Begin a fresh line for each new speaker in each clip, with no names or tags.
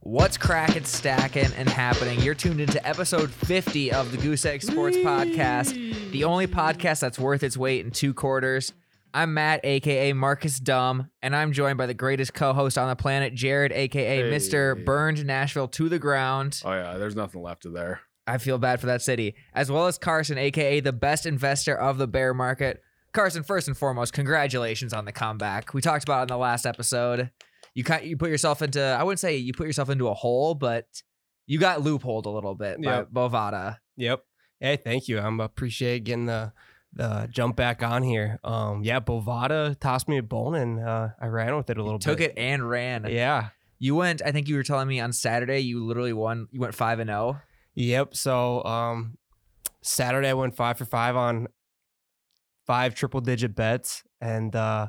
What's cracking, stacking, and happening? You're tuned into episode 50 of the Goose Egg Sports Podcast, the only podcast that's worth its weight in two quarters. I'm Matt, aka Marcus Dumb, and I'm joined by the greatest co-host on the planet, Jared, aka
Hey.
Mr. Burned Nashville to the ground.
Oh yeah, there's nothing left of there.
I feel bad for that city, as well as Carson, aka the best investor of the bear market. Carson, first and foremost, congratulations on the comeback. We talked about it in the last episode. You kind you put yourself into I wouldn't say you put yourself into a hole, but you got loopholed a little bit
Yep.
by Bovada.
Yep. Hey, thank you. I'm uh, appreciate getting the the jump back on here. Um, yeah, Bovada tossed me a bone and uh, I ran with it a little
Took
bit.
it and ran.
Yeah.
You went. I think you were telling me on Saturday you literally won. You went five and oh. zero.
Yep. So um, Saturday I went five for five on five triple digit bets, and uh,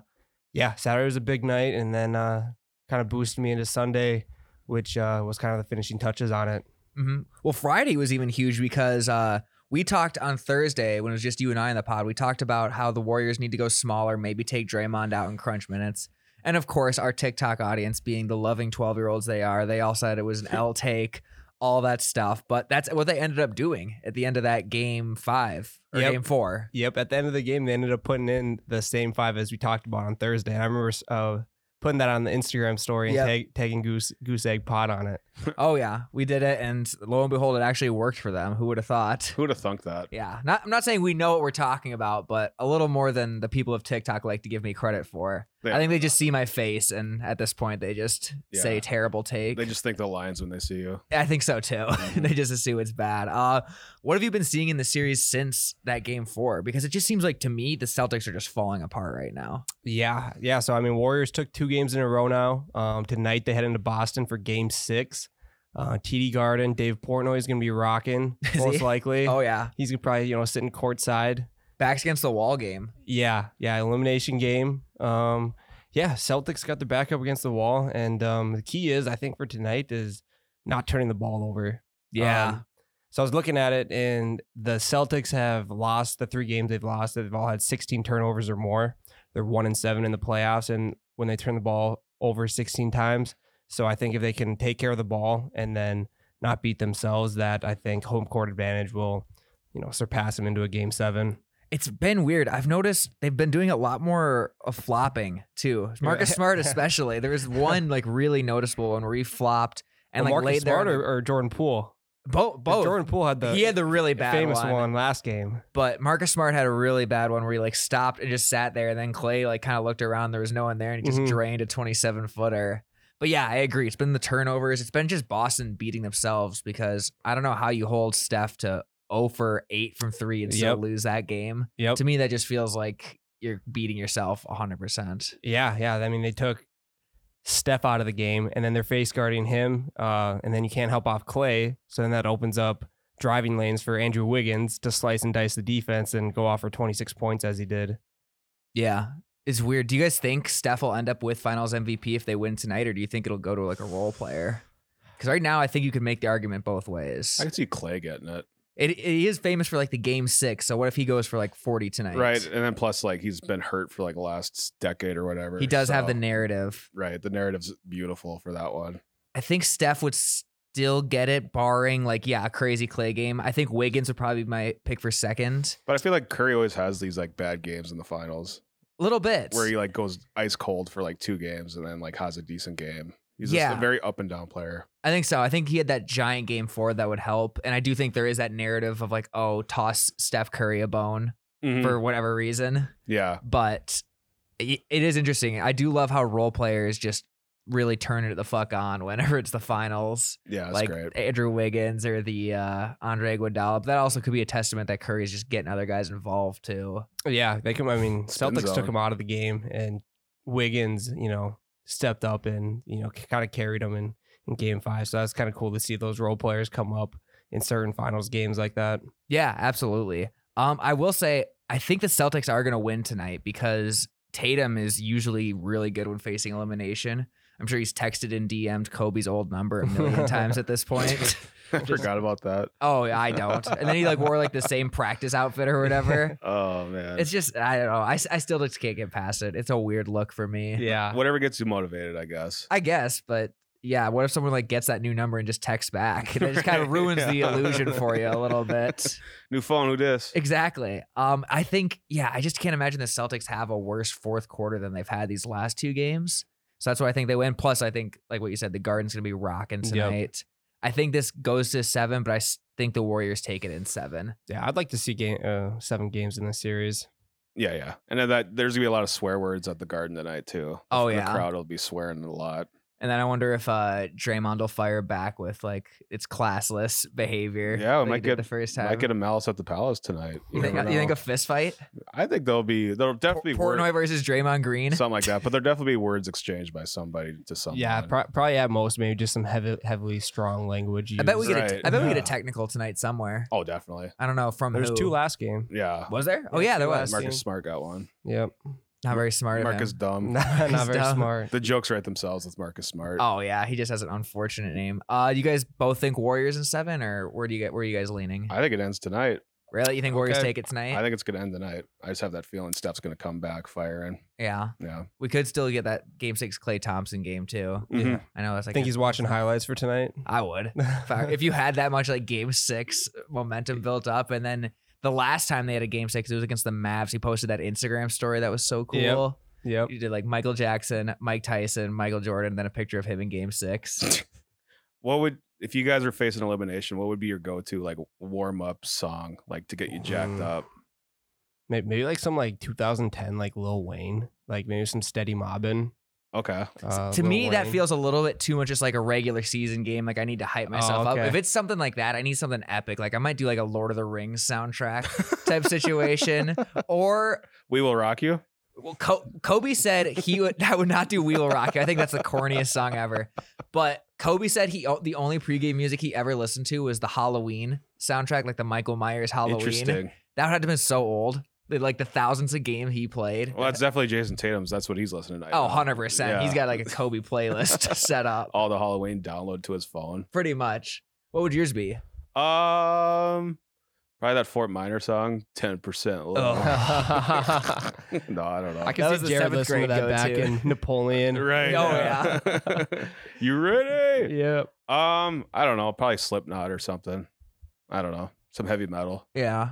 yeah, Saturday was a big night, and then uh, kind of boosted me into Sunday, which uh, was kind of the finishing touches on it.
hmm Well, Friday was even huge because uh, we talked on Thursday when it was just you and I in the pod. We talked about how the Warriors need to go smaller, maybe take Draymond out in crunch minutes. And of course, our TikTok audience, being the loving 12 year olds they are, they all said it was an L take, all that stuff. But that's what they ended up doing at the end of that game five or
Yep.
game four.
Yep. At the end of the game, they ended up putting in the same five as we talked about on Thursday. I remember uh, putting that on the Instagram story and
Yep.
tag, tagging Goose Goose Egg Pod on it.
Oh, yeah, we did it. And lo and behold, it actually worked for them. Who would have thought?
Who'd have thunk that?
Yeah, not, I'm not saying we know what we're talking about, but a little more than the people of TikTok like to give me credit for.
Yeah.
I think they just see my face, and at this point, they just say
Yeah.
terrible take.
They Mm-hmm. just think the lions when they see you.
I think so too. they just assume it's bad. Uh, what have you been seeing in the series since that game four? Because it just seems like to me the Celtics are just falling apart right now.
Yeah, yeah. So I mean, Warriors took two games in a row now. Um, tonight they head into Boston for Game Six. Uh, TD Garden, Dave Portnoy is going to be rocking
Is
most
he?
likely.
Oh yeah,
He's gonna probably you know sitting courtside.
backs against the wall game.
Yeah, yeah. Elimination game. Um, yeah. Celtics got their back up against the wall, and um, the key is I think for tonight is not turning the ball over. Um, so I was looking at it, and the Celtics have lost the three games they've lost. They've all had 16 turnovers or more. They're one and seven in the playoffs, and when they turn the ball over 16 times, so I think if they can take care of the ball and then not beat themselves, that I think home court advantage will, you know, surpass them into a game seven.
it's been weird. I've noticed they've been doing a lot more of flopping too. Marcus
Yeah.
Smart, especially. There was one like really noticeable one where he flopped and
Well,
like
Marcus
laid
Smart
there.
or, or Jordan Poole.
both,
'Cause
both.
Jordan Poole had the
he had the really bad
famous
one,
one. last game.
but Marcus Smart had a really bad one where he like stopped and just sat there, and then Clay like kind of looked around. There was no one there, and he just
Mhm.
drained a twenty-seven footer. But yeah, I agree. It's been the turnovers. It's been just Boston beating themselves because I don't know how you hold Steph to 0 for 8 from 3 and still
Yep.
lose that game
Oh.
Yep.
to me that just feels like you're beating yourself 100%
Yeah, yeah. I mean, they took Steph out of the game, and then they're face guarding him, uh, and then you can't help off Clay. So then that opens up driving lanes for Andrew Wiggins to slice and dice the defense and go off for 26 points as he did.
yeah it's weird do you guys think steph will end up with finals mvp if they win tonight or do you think it'll go to like a role player because right now i think you could make the argument both ways
I can see Clay getting it.
it, it he is famous for like the game six so what if he goes for like 40 tonight
Right. And then plus like he's been hurt for like the last decade or whatever.
he does have
so-
the narrative
Right. The narrative's beautiful for that one.
i think steph would still get it barring like yeah a crazy clay game i think wiggins would probably be my pick for second
But I feel like Curry always has these like bad games in the finals
a little bit
where he like goes ice cold for like two games and then like has a decent game. He's just
Yeah.
a very up and down player.
I think so. I think he had that giant game four that would help. And I do think there is that narrative of like, oh, toss Steph Curry a bone
Hmm.
for whatever reason.
yeah.
But it, it is interesting. I do love how role players just really turn it the fuck on whenever it's the finals.
Yeah. That's
like
great.
Andrew Wiggins or the uh, Andre Iguodala. But that also could be a testament that Curry's just getting other guys involved too.
Yeah, they come. I mean,
Spin
Celtics
zone.
took him out of the game, and Wiggins, you know, stepped up and you know kind of carried him in in Game Five. So that's kind of cool to see those role players come up in certain finals games like that.
Yeah, absolutely. Um, I will say I think the Celtics are going to win tonight because Tatum is usually really good when facing elimination. I'm sure he's texted and DM'd Kobe's old number a million times at this point.
I forgot about that.
Oh, yeah, I don't. And then he like wore like the same practice outfit or whatever.
Oh man.
It's just I don't know. I, s- I still just can't get past it. It's a weird look for me.
Yeah,
whatever gets you motivated, I guess.
I guess, but yeah, what if someone like gets that new number and just texts back? That just kind of ruins the
Yeah.
illusion for you a little bit.
New phone, who dis?
Exactly. Um, I think yeah, I just can't imagine the Celtics have a worse fourth quarter than they've had these last two games. So that's why I think they win. Plus, I think like what you said, the Garden's gonna be rocking
Yep.
tonight. I think this goes to seven, but I s- think the Warriors take it in seven.
Yeah, I'd like to see game uh, seven games in this series.
Yeah, yeah. And then that there's gonna be a lot of swear words at the garden tonight too.
Oh,
the
yeah.
crowd will be swearing a lot.
And then I wonder if uh Draymond will fire back with like it's classless behavior.
Yeah, we
like he
might
did
get-
the first time.
Might get a malice at the palace tonight.
you, think,
never
you think
know.
a fist fight?
I think there'll be there'll definitely be word-
Portnoy versus Draymond Green.
something like that, but there'll definitely be words exchanged by somebody to someone.
Yeah, pro- probably at most maybe just some heavy, heavily strong language.
I bet we
used.
get a,
Right.
I bet we get
Yeah.
a technical tonight somewhere.
oh, definitely.
I don't know from
There's
who.
two last game.
Yeah.
Was there? Oh
Yeah,
yeah, there
two
was.
last-
Marcus
team.
Smart got one.
Yep,
Not very smart. of
Marcus
him.
dumb.
not,
Um, He's
not very
dumb.
smart.
The jokes write themselves with Marcus Smart.
Oh yeah, he just has an unfortunate name. Uh, you guys both think Warriors in seven, or where do you get? Where are you guys leaning?
I think it ends tonight.
Really, you think Warriors
Okay.
take it tonight?
I think it's gonna end tonight. I just have that feeling Steph's gonna come back firing.
yeah,
Yeah.
we could still get that Game Six Clay Thompson game too.
Mhm.
I know that's
I
like.
think
a-
he's watching highlights for tonight.
I would. If, I- if you had that much like Game Six momentum built up, and then the last time they had a Game Six, it was against the Mavs. He posted that Instagram story that was so cool.
Yep. yep.
You did like Michael Jackson, Mike Tyson, Michael Jordan, then a picture of him in Game Six.
What would if you guys were facing elimination, what would be your go to like warm up song, like to get you jacked
Mm.
Ooh.
up?
Maybe, maybe like some like 2010 like Lil Wayne, like maybe some steady mobbing.
Okay.
Uh,
to
Lil
me that
Wayne.
feels a little bit too much just like a regular season game like i need to
Oh,
hype myself up
okay.
if it's something like that i need something epic like i might do like a lord of the rings soundtrack type situation or
We will rock you.
well Co- kobe said he would i would not do we will rock you i think that's the corniest song ever but kobe said he the only pregame music he ever listened to was the halloween soundtrack like the michael myers halloween
Interesting.
that had to have been so old like the thousands of game he played
Well, that's definitely Jason Tatum's. That's what he's listening to. right
oh
now.
100% he's
Oh, Yeah.
got like a kobe playlist set up
all the Halloween download to his phone.
pretty much. What would yours be?
Um, probably that Fort Minor song, ten percent low.
Oh.
no, I don't know.
I
That
can
was the
see Jared
seventh
listening to
grade
that
go-to.
back in Napoleon.
right.
Oh,
yeah. you ready?
Yep.
Um, I don't know. Probably Slipknot or something. I don't know. Some heavy metal.
Yeah.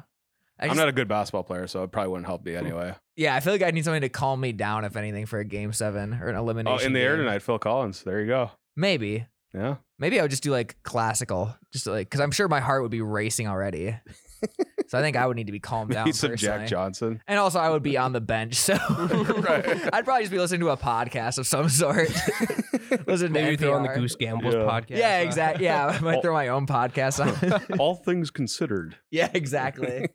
I
I'm
just-
not a good basketball player, so it probably wouldn't help me anyway.
yeah, I feel like I need something to calm me down, if anything, for a game seven or an elimination.
Oh, in the air
game.
tonight, Phil Collins. There you go.
Maybe.
Yeah.
Maybe I would just do like classical, just like, because I'm sure my heart would be racing already. so I think I would need to be calmed down. eh?
Maybe some
personally.
Jack Johnson.
And also, I would be on the bench. So
Right.
I'd probably just be listening to a podcast of some sort. Listen to
Maybe throw on the
NPR.
Goose Gambles
Yeah.
podcast.
Yeah, exactly. Yeah, I
Oh.
might throw my own podcast on.
All things considered.
Yeah, exactly.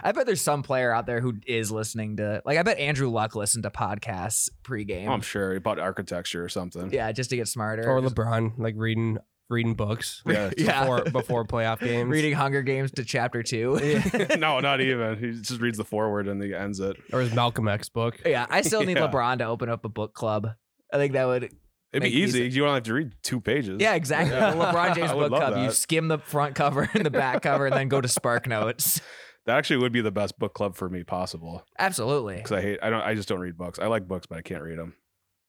I bet there's some player out there who is listening to like I bet Andrew Luck listened to podcasts pregame.
Oh, I'm sure about architecture or something.
yeah, just to get smarter.
Or LeBron, like reading reading books
Yeah.
Yeah.
before before playoff games.
reading Hunger Games to chapter two. Yeah,
no, not even. He just reads the forward and he ends it.
or his Malcolm X book.
I still need
Yeah.
LeBron to open up a book club. I think that would
It'd
Make
be easy.
easy.
You don't have to read two pages.
Yeah, exactly.
Yeah.
A LeBron James
I would
book
love
club. You
that.
skim the front cover and the back cover and then go to Spark Notes.
That actually would be the best book club for me possible
Absolutely.
because I hate. I don't. I just don't read books. I like books, but I can't read them.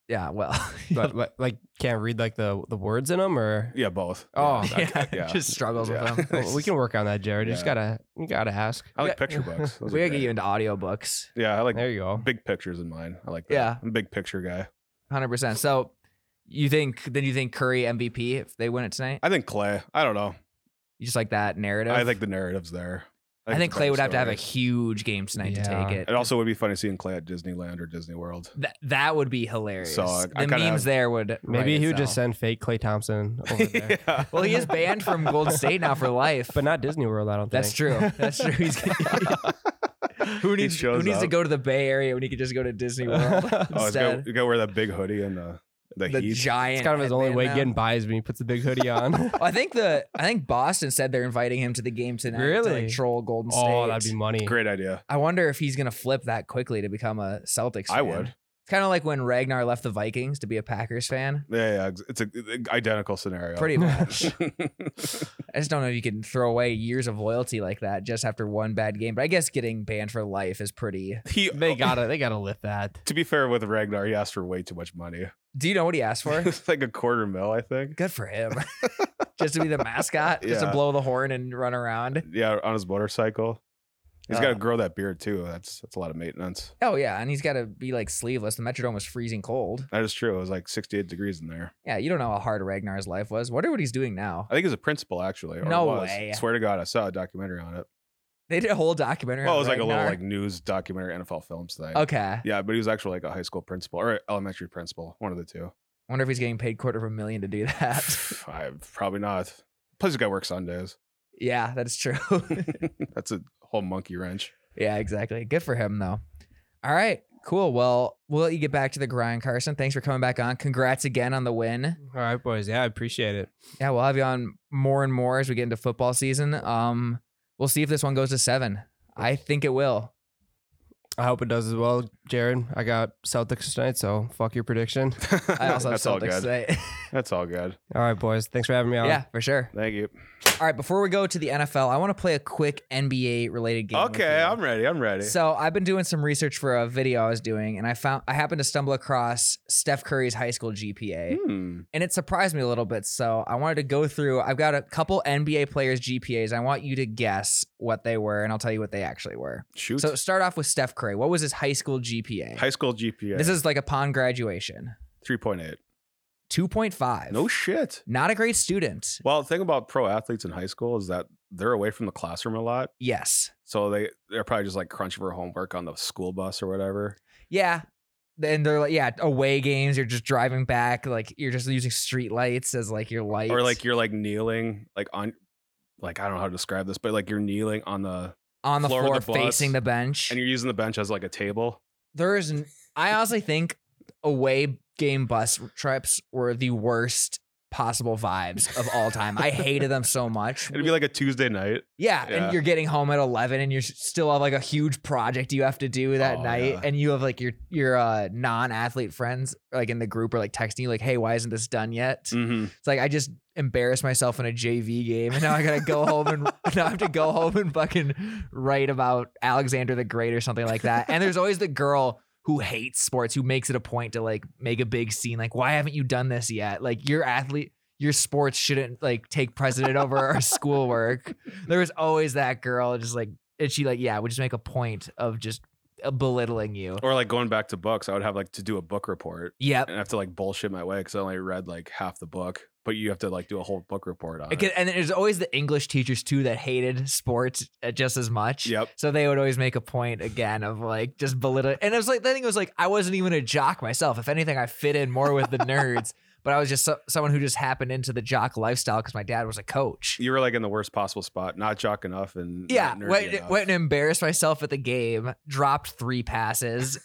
Yeah, well.
But like, like can't read like the the words in them or
Yeah, both.
Oh,
yeah. I, yeah.
Just struggles
Yeah.
with them.
Well, we can work on that, Jared. You just
Yeah.
gotta you gotta ask.
I
Yeah.
like picture books. Those
We
are
gotta get
great.
you into audiobooks.
Yeah, I like
There you go.
big pictures in mine. I like. That.
Yeah.
I'm a big picture guy.
Hundred percent. So you think then you think Curry MVP if they win it tonight?
I think Clay. I don't know.
You just like that narrative.
I think the narrative's there.
I
it's
think
a
Clay
better
would have to have a
story.
huge game tonight to
Yeah.
take it.
It also would be funny seeing Clay at Disneyland or Disney World.
that that would be hilarious.
So, I-
the
I
memes
kinda have-
there would
Maybe
write
he would just
itself.
send fake Clay Thompson over there.
Yeah.
Well, he is banned from Golden State now for life.
But not Disney World, I don't
that's
think.
true. That's true. He's, who needs who
shows
needs to
up.
go to the Bay Area when he could just go to Disney World
Oh, he's got,
instead?
you got to wear that big hoodie and the the,
The
heat.
giant.
It's kind of his only
headband
way
now.
getting by is when he puts the big hoodie on.
I think the I think Boston said they're inviting him to the game tonight to like
Really?
troll Golden State.
oh, that'd be money.
Great idea.
I wonder if he's gonna flip that quickly to become a Celtics.
I
fan.
would.
It's kind of like when Ragnar left the Vikings to be a Packers fan.
Yeah, yeah, ex- it's a it's a identical scenario.
Pretty much.
yeah,
I just don't know if you can throw away years of loyalty like that just after one bad game. But I guess getting banned for life is pretty.
he
They gotta they gotta lift that.
To be fair with Ragnar, he asked for way too much money.
Do you know what he asked for?
it's like a quarter mil, I think.
Good for him. just to be the mascot, just to
Yeah.
blow the horn and run around.
Yeah, on his motorcycle. He's got to
Uh.
grow that beard too. That's that's a lot of maintenance.
Oh yeah, and he's got to be like sleeveless. The Metrodome was freezing cold.
That is true. It was like 68 degrees in there.
Yeah, you don't know how hard Ragnar's life was. Wonder what he's doing now.
I think he's a principal actually. or
No
was.
way.
Swear to God, I saw a documentary on it.
They did a whole documentary.
Well, it
on
was like a little
Ragnar.
like news documentary NFL films thing.
Okay.
Yeah, but he was actually like a high school principal or elementary principal, one of the two.
Wonder if he's getting paid quarter of a million to do that.
I probably not. Plus, this guy works Sundays.
yeah, that's true.
That's a whole monkey wrench.
yeah, exactly. Good for him though. All right, cool. Well, we'll let you get back to the grind, Carson. Thanks for coming back on. Congrats again on the win.
All right, boys. Yeah, I appreciate it.
Yeah, we'll have you on more and more as we get into football season. Um, we'll see if this one goes to seven. I think it will.
I hope it does as well, Jared. I got Celtics tonight, so fuck your prediction.
I also have
That's all
Celtics
good.
today.
That's all good.
All right, boys. Thanks for having me on.
yeah, for sure.
Thank you.
All right, before we go to the NFL, I want to play a quick NBA related game. with
Okay,
you.
I'm ready. I'm ready.
So I've been doing some research for a video I was doing, and I found I happened to stumble across Steph Curry's high school GPA,
Hmm.
and it surprised me a little bit. So I wanted to go through. I've got a couple NBA players' GPAs. I want you to guess what they were, and I'll tell you what they actually were.
Shoot.
So eh, start off with Steph Curry. What was his high school GPA?
High school GPA.
This is like upon graduation,
3.8.
two point five.
No shit.
not a great student.
Well, the thing about pro athletes in high school is that they're away from the classroom a lot.
Yes.
So they, they're probably just like crunching for homework on the school bus or whatever.
Yeah. And they're like, yeah, away games. You're just driving back. Like you're just using street lights as like your lights.
Or like you're like kneeling, like on, like I don't know how to describe this, but like you're kneeling on the,
on the
floor
floor,
of the bus,
facing the bench.
and you're using the bench as like a table.
there is, n- I honestly think away game bus trips were the worst possible vibes of all time. I hated them so much.
It'd be like a Tuesday night.
yeah,
yeah.
and you're getting home at 11 and you're s- still have like a huge project you have to do that
Oh,
night
yeah.
and you have like your your uh, non-athlete friends like in the group are like texting you like, "Hey, why isn't this done yet?"
Mm-hmm.
It's like I just embarrassed myself in a JV game, and now I gotta go home and now I have to go home and fucking write about Alexander the Great or something like that. And there's always the girl who hates sports who makes it a point to like make a big scene, like why haven't you done this yet? Like your athlete, your sports shouldn't like take precedent over our schoolwork. There was always that girl, just like and she like yeah would just make a point of just uh, belittling you.
Or like going back to books, I would have like to do a book report
Yep.
and I have to like bullshit my way because I only read like half the book, but you have to like do a whole book report on
Okay,
it.
And there's always the English teachers too that hated sports uh, just as much.
Yep.
So they would always make a point again of like just belittle. And it was like, the thing was like, I wasn't even a jock myself. If anything, I fit in more with the nerds, but I was just so- someone who just happened into the jock lifestyle because my dad was a coach.
You were like in the worst possible spot, not jock enough and
Yeah,
not nerdy
went,
enough.
went and embarrassed myself at the game, dropped three passes.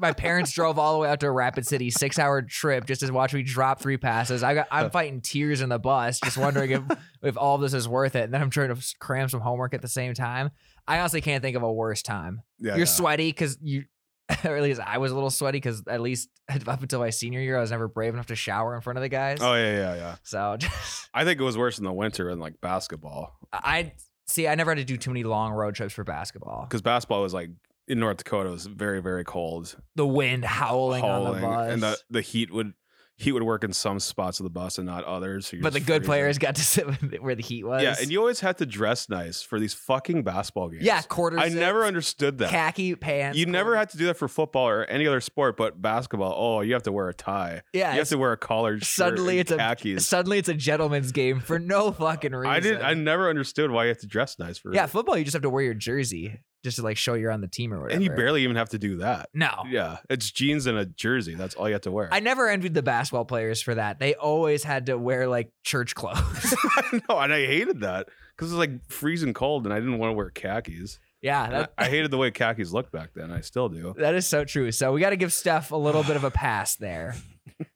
My parents drove all the way out to Rapid City, six hour trip, just to watch me drop three passes. I got, I'm fighting tears in the bus, just wondering if, if all this is worth it. And then I'm trying to s- cram some homework at the same time. I honestly can't think of a worse time.
yeah,
You're
yeah.
sweaty because you, or at least I was a little sweaty because at least up until my senior year, I was never brave enough to shower in front of the guys.
Oh yeah, yeah, yeah.
So
I think it was worse in the winter than like basketball
I see, I never had to do too many long road trips for basketball.
because basketball was like in North Dakota it was very very cold,
the wind howling, on the
howling,
bus.
and the, the heat would heat would work in some spots of the bus and not others. so you're
but the
just
good
freezing.
players got to sit where the heat was.
yeah, and you always had to dress nice for these fucking basketball games.
yeah, quarters.
I never understood that.
khaki pants.
you never
quarter-
had to do that for football or any other sport, but basketball. Oh, you have to wear a tie.
Yeah,
You have to wear a collared shirt.
Suddenly
and
it's a- it's-
khakis.
suddenly it's a gentleman's game for no fucking reason.
I didn't. I never understood why you have to dress nice for.
yeah, football. You just have to wear your jersey just to like show you're on the team or whatever.
and you barely even have to do that.
no.
Yeah, it's jeans and a jersey. That's all you have to wear.
Oh. I never envied the basketball players for that. They always had to wear like church clothes.
I know, and I hated that because it's like freezing cold, and I didn't want to wear khakis.
yeah,
And I-
that,
I hated the way khakis looked back then. I still do.
that is so true. So we got to give Steph a little bit of a pass there.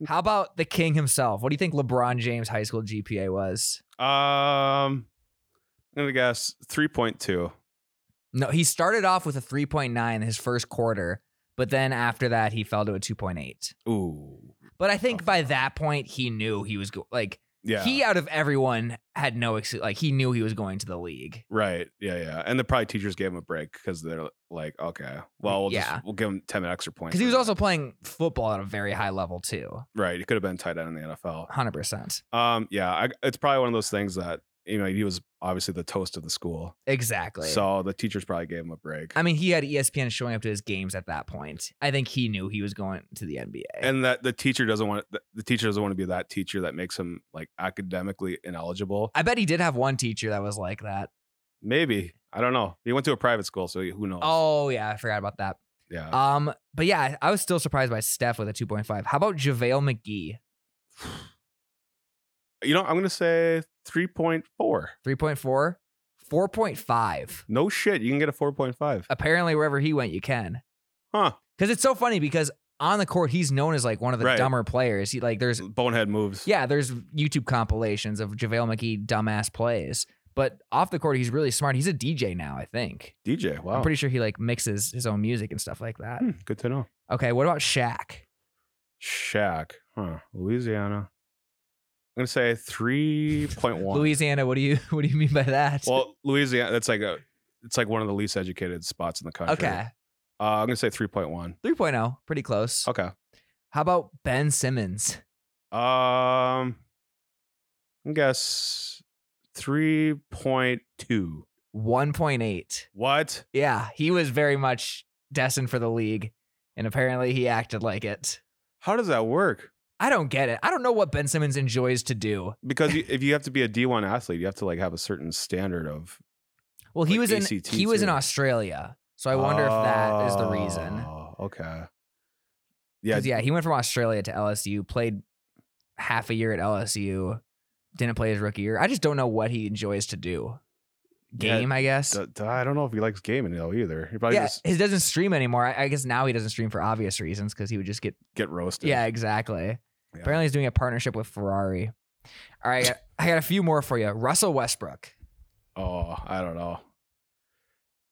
How about the king himself? What do you think LeBron James' high school GPA was?
Um, I'm gonna guess three point two.
No, he started off with a 3.9 his first quarter, But then after that, he fell to a 2.8.
Ooh.
But I think by that point, he knew he was go- like
Oh, Yeah.
he out of everyone had no ex- like he knew he was going to the league.
right. Yeah. Yeah. And the probably teachers gave him a break because they're like, okay, well, we'll
Yeah.
just we'll give him ten extra points
Because he
for
was
that.
also playing football at a very high level too,
right. He could have been tight end in the NFL.
hundred percent.
Um. Yeah. I, it's probably one of those things that you know he was obviously the toast of the school,
Exactly.
so the teachers probably gave him a break.
I mean, he had E ESPN showing up to his games at that point. I think he knew he was going to the NBA.
and that the teacher doesn't want the- the teacher doesn't want to be that teacher that makes him like academically ineligible.
I bet he did have one teacher that was like that.
Maybe I don't know. He went to a private school, so who knows?
Oh yeah, I forgot about that.
yeah.
Um, but yeah, I was still surprised by Steph with a 2.5. How about JaVale McGee?
you know, I'm gonna say three point four.
3.4, 4.5.
No shit, you can get a four point five.
Apparently, wherever he went, you can.
Huh?
Because it's so funny because on the court, he's known as like one of the
Right.
dumber players. He like there's
Bonehead moves.
yeah, there's YouTube compilations of JaVale McGee dumbass plays. But off the court, he's really smart. He's a DJ now, I think.
DJ. Wow.
I'm pretty sure he like mixes his own music and stuff like that.
Hmm, good to know.
Okay, what about Shaq?
Shaq. Huh? Louisiana. I'm gonna say three point one.
Louisiana, what do you what do you mean by that?
Well, Louisiana. That's like a. It's like one of the least educated spots in the country.
okay.
Uh, I'm gonna say three point one.
3.0, pretty close.
Okay.
How about Ben Simmons?
Um, I guess three point two.
1.8.
What?
Yeah, he was very much destined for the league, and apparently he acted like it.
How does that work?
I don't get it. I don't know what Ben Simmons enjoys to do.
Because you, if you have to be a D one athlete, you have to like have a certain standard of.
Well, he
Like
was in
ACT
he was in
too.
Australia, so I wonder if that is the reason.
Oh, Okay. Yeah.
'Cause, yeah, he went from Australia to LSU, played half a year at LSU, didn't play his rookie year. I just don't know what he enjoys to do.
Yeah,
Game, I guess.
d- d- I don't know if he likes gaming though either. He probably
yeah,
just
he doesn't stream anymore. I, I guess now he doesn't stream for obvious reasons because he would just get.
get roasted.
Yeah, exactly. Apparently, he's doing a partnership with Ferrari. All right, I got, I got a few more for you. Russell Westbrook,
Oh, I don't know.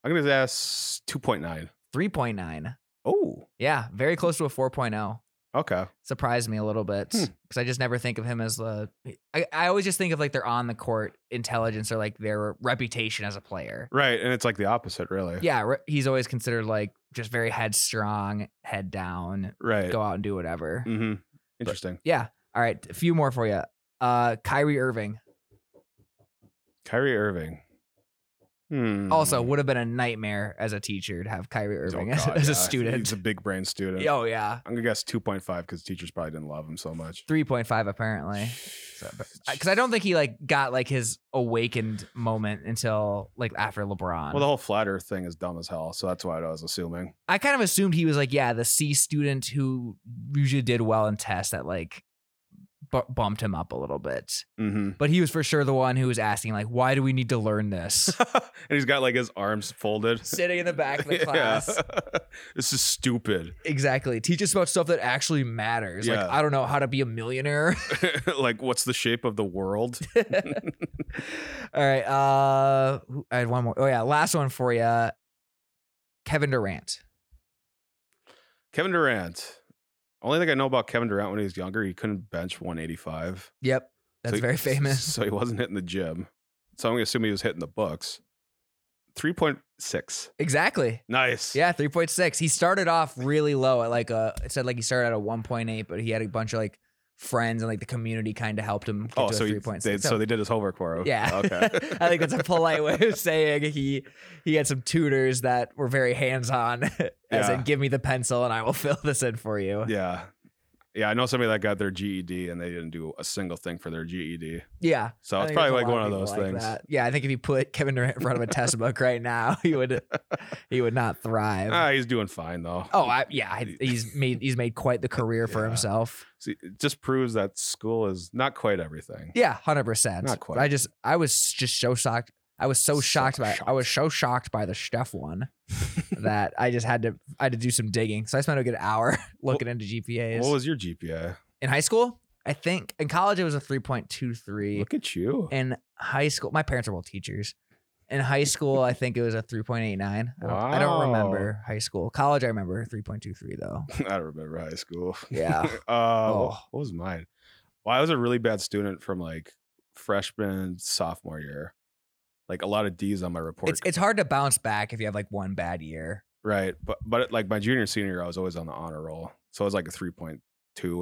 I'm gonna ask two point nine.
3.9.
Oh.
Yeah, very close to a oh. 4.0.
Okay.
Surprised me a little bit
Hmm.
because I just never think of him as the. I, I always just think of like their on the court intelligence or like their reputation as a player.
Right, and it's like the opposite, really.
Yeah, re- he's always considered like just very headstrong, head down,
Right.
go out and do whatever.
Mm-hmm. Interesting.
Yeah. All right, a few more for you. Uh, Kyrie Irving
Kyrie Irving. Hmm.
also would have been a nightmare as a teacher to have Kyrie Irving
Oh,
as,
God,
as
yeah.
a student.
He's a big brain student.
Oh yeah,
I'm gonna guess 2.5 because teachers probably didn't love him so much.
three point five apparently. Because I don't think he like got like his awakened moment until like after LeBron.
Well, the whole flat Earth thing is dumb as hell, so that's what I was assuming.
I kind of assumed he was like yeah the C student who usually did well in tests that like bu- bumped him up a little bit.
Mm-hmm.
But he was for sure the one who was asking like why do we need to learn this?
and he's got like his arms folded.
Sitting in the back of the
Yeah.
class.
this is stupid.
Exactly. Teach us about stuff that actually matters. Like
Yeah.
I don't know how to be a millionaire.
like, what's the shape of the world?
All right. Uh, who- I had one more. Oh yeah, last one for you. Kevin Durant.
Kevin Durant. Only thing I know about Kevin Durant when he was younger, he couldn't bench 185.
Yep, that's
So he-
very famous.
So he wasn't hitting the gym. So I'm gonna assume he was hitting the books. Three point six.
Exactly.
Nice.
Yeah, three point six. He started off really low at like a. It said like he started at a one point eight, but he had a bunch of like friends and like the community kind of helped him. Get
Oh,
to
so
a
he,
three point
they,
six.
so they did his homework for him.
yeah.
Okay.
I think that's a polite way of saying he he had some tutors that were very hands on, as
Yeah.
in give me the pencil and I will fill this in for you.
yeah. Yeah, I know somebody that got their GED and they didn't do a single thing for their GED.
yeah.
So
I
it's
think
probably
there's a
like
lot
one of
people
those
like
things.
that. Yeah, I think if you put Kevin Durant in front of a test book right now, he would he would not thrive.
Ah, he's doing fine though.
oh, I, yeah, he- he's made he's made quite the career for
Yeah.
himself.
See, it just proves that school is not quite everything.
Yeah, hundred percent.
Not quite.
I just I was just so shocked. I was so
So
shocked by I
shocked.
was so shocked by the Steph one that I just had to I had to do some digging. So I spent a good hour looking into GPAs
What was your GPA?
in high school. I think in college it was a three point two three.
Look at you.
in high school. My parents are both teachers. in high school, I think it was a 3.89. I don't, I don't
Wow.
remember high school. College, I remember 3.23 though.
I don't remember high school.
Yeah.
Uh,
Oh.
wh- What was mine? Well, I was a really bad student from like freshman, sophomore year. Like a lot of D's on my report.
It's it's hard to bounce back if you have like one bad year.
right. But but like my junior, senior year, I was always on the honor roll. So I was like a 3.2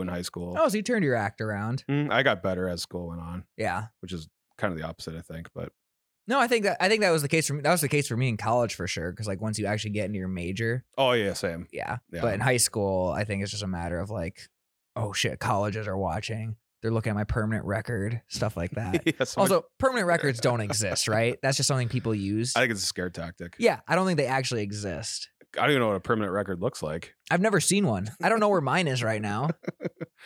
in high school.
Oh, so you turned your act around.
Mm, I got better as school went on,
Yeah.
which is kind of the opposite, I think. But
No, I think that I think that was the case for me. That was the case for me in college for sure. Because like once you actually get into your major,
oh, yeah, same.
yeah.
Yeah.
But in high school, I think it's just a matter of like, oh shit, colleges are watching. They're looking at my permanent record, stuff like that.
yeah, so much-
also, permanent records don't exist, right? That's just something people use.
I think it's a scare tactic.
yeah, I don't think they actually exist.
I don't even know what a permanent record looks like.
I've never seen one. I don't know where mine is right now.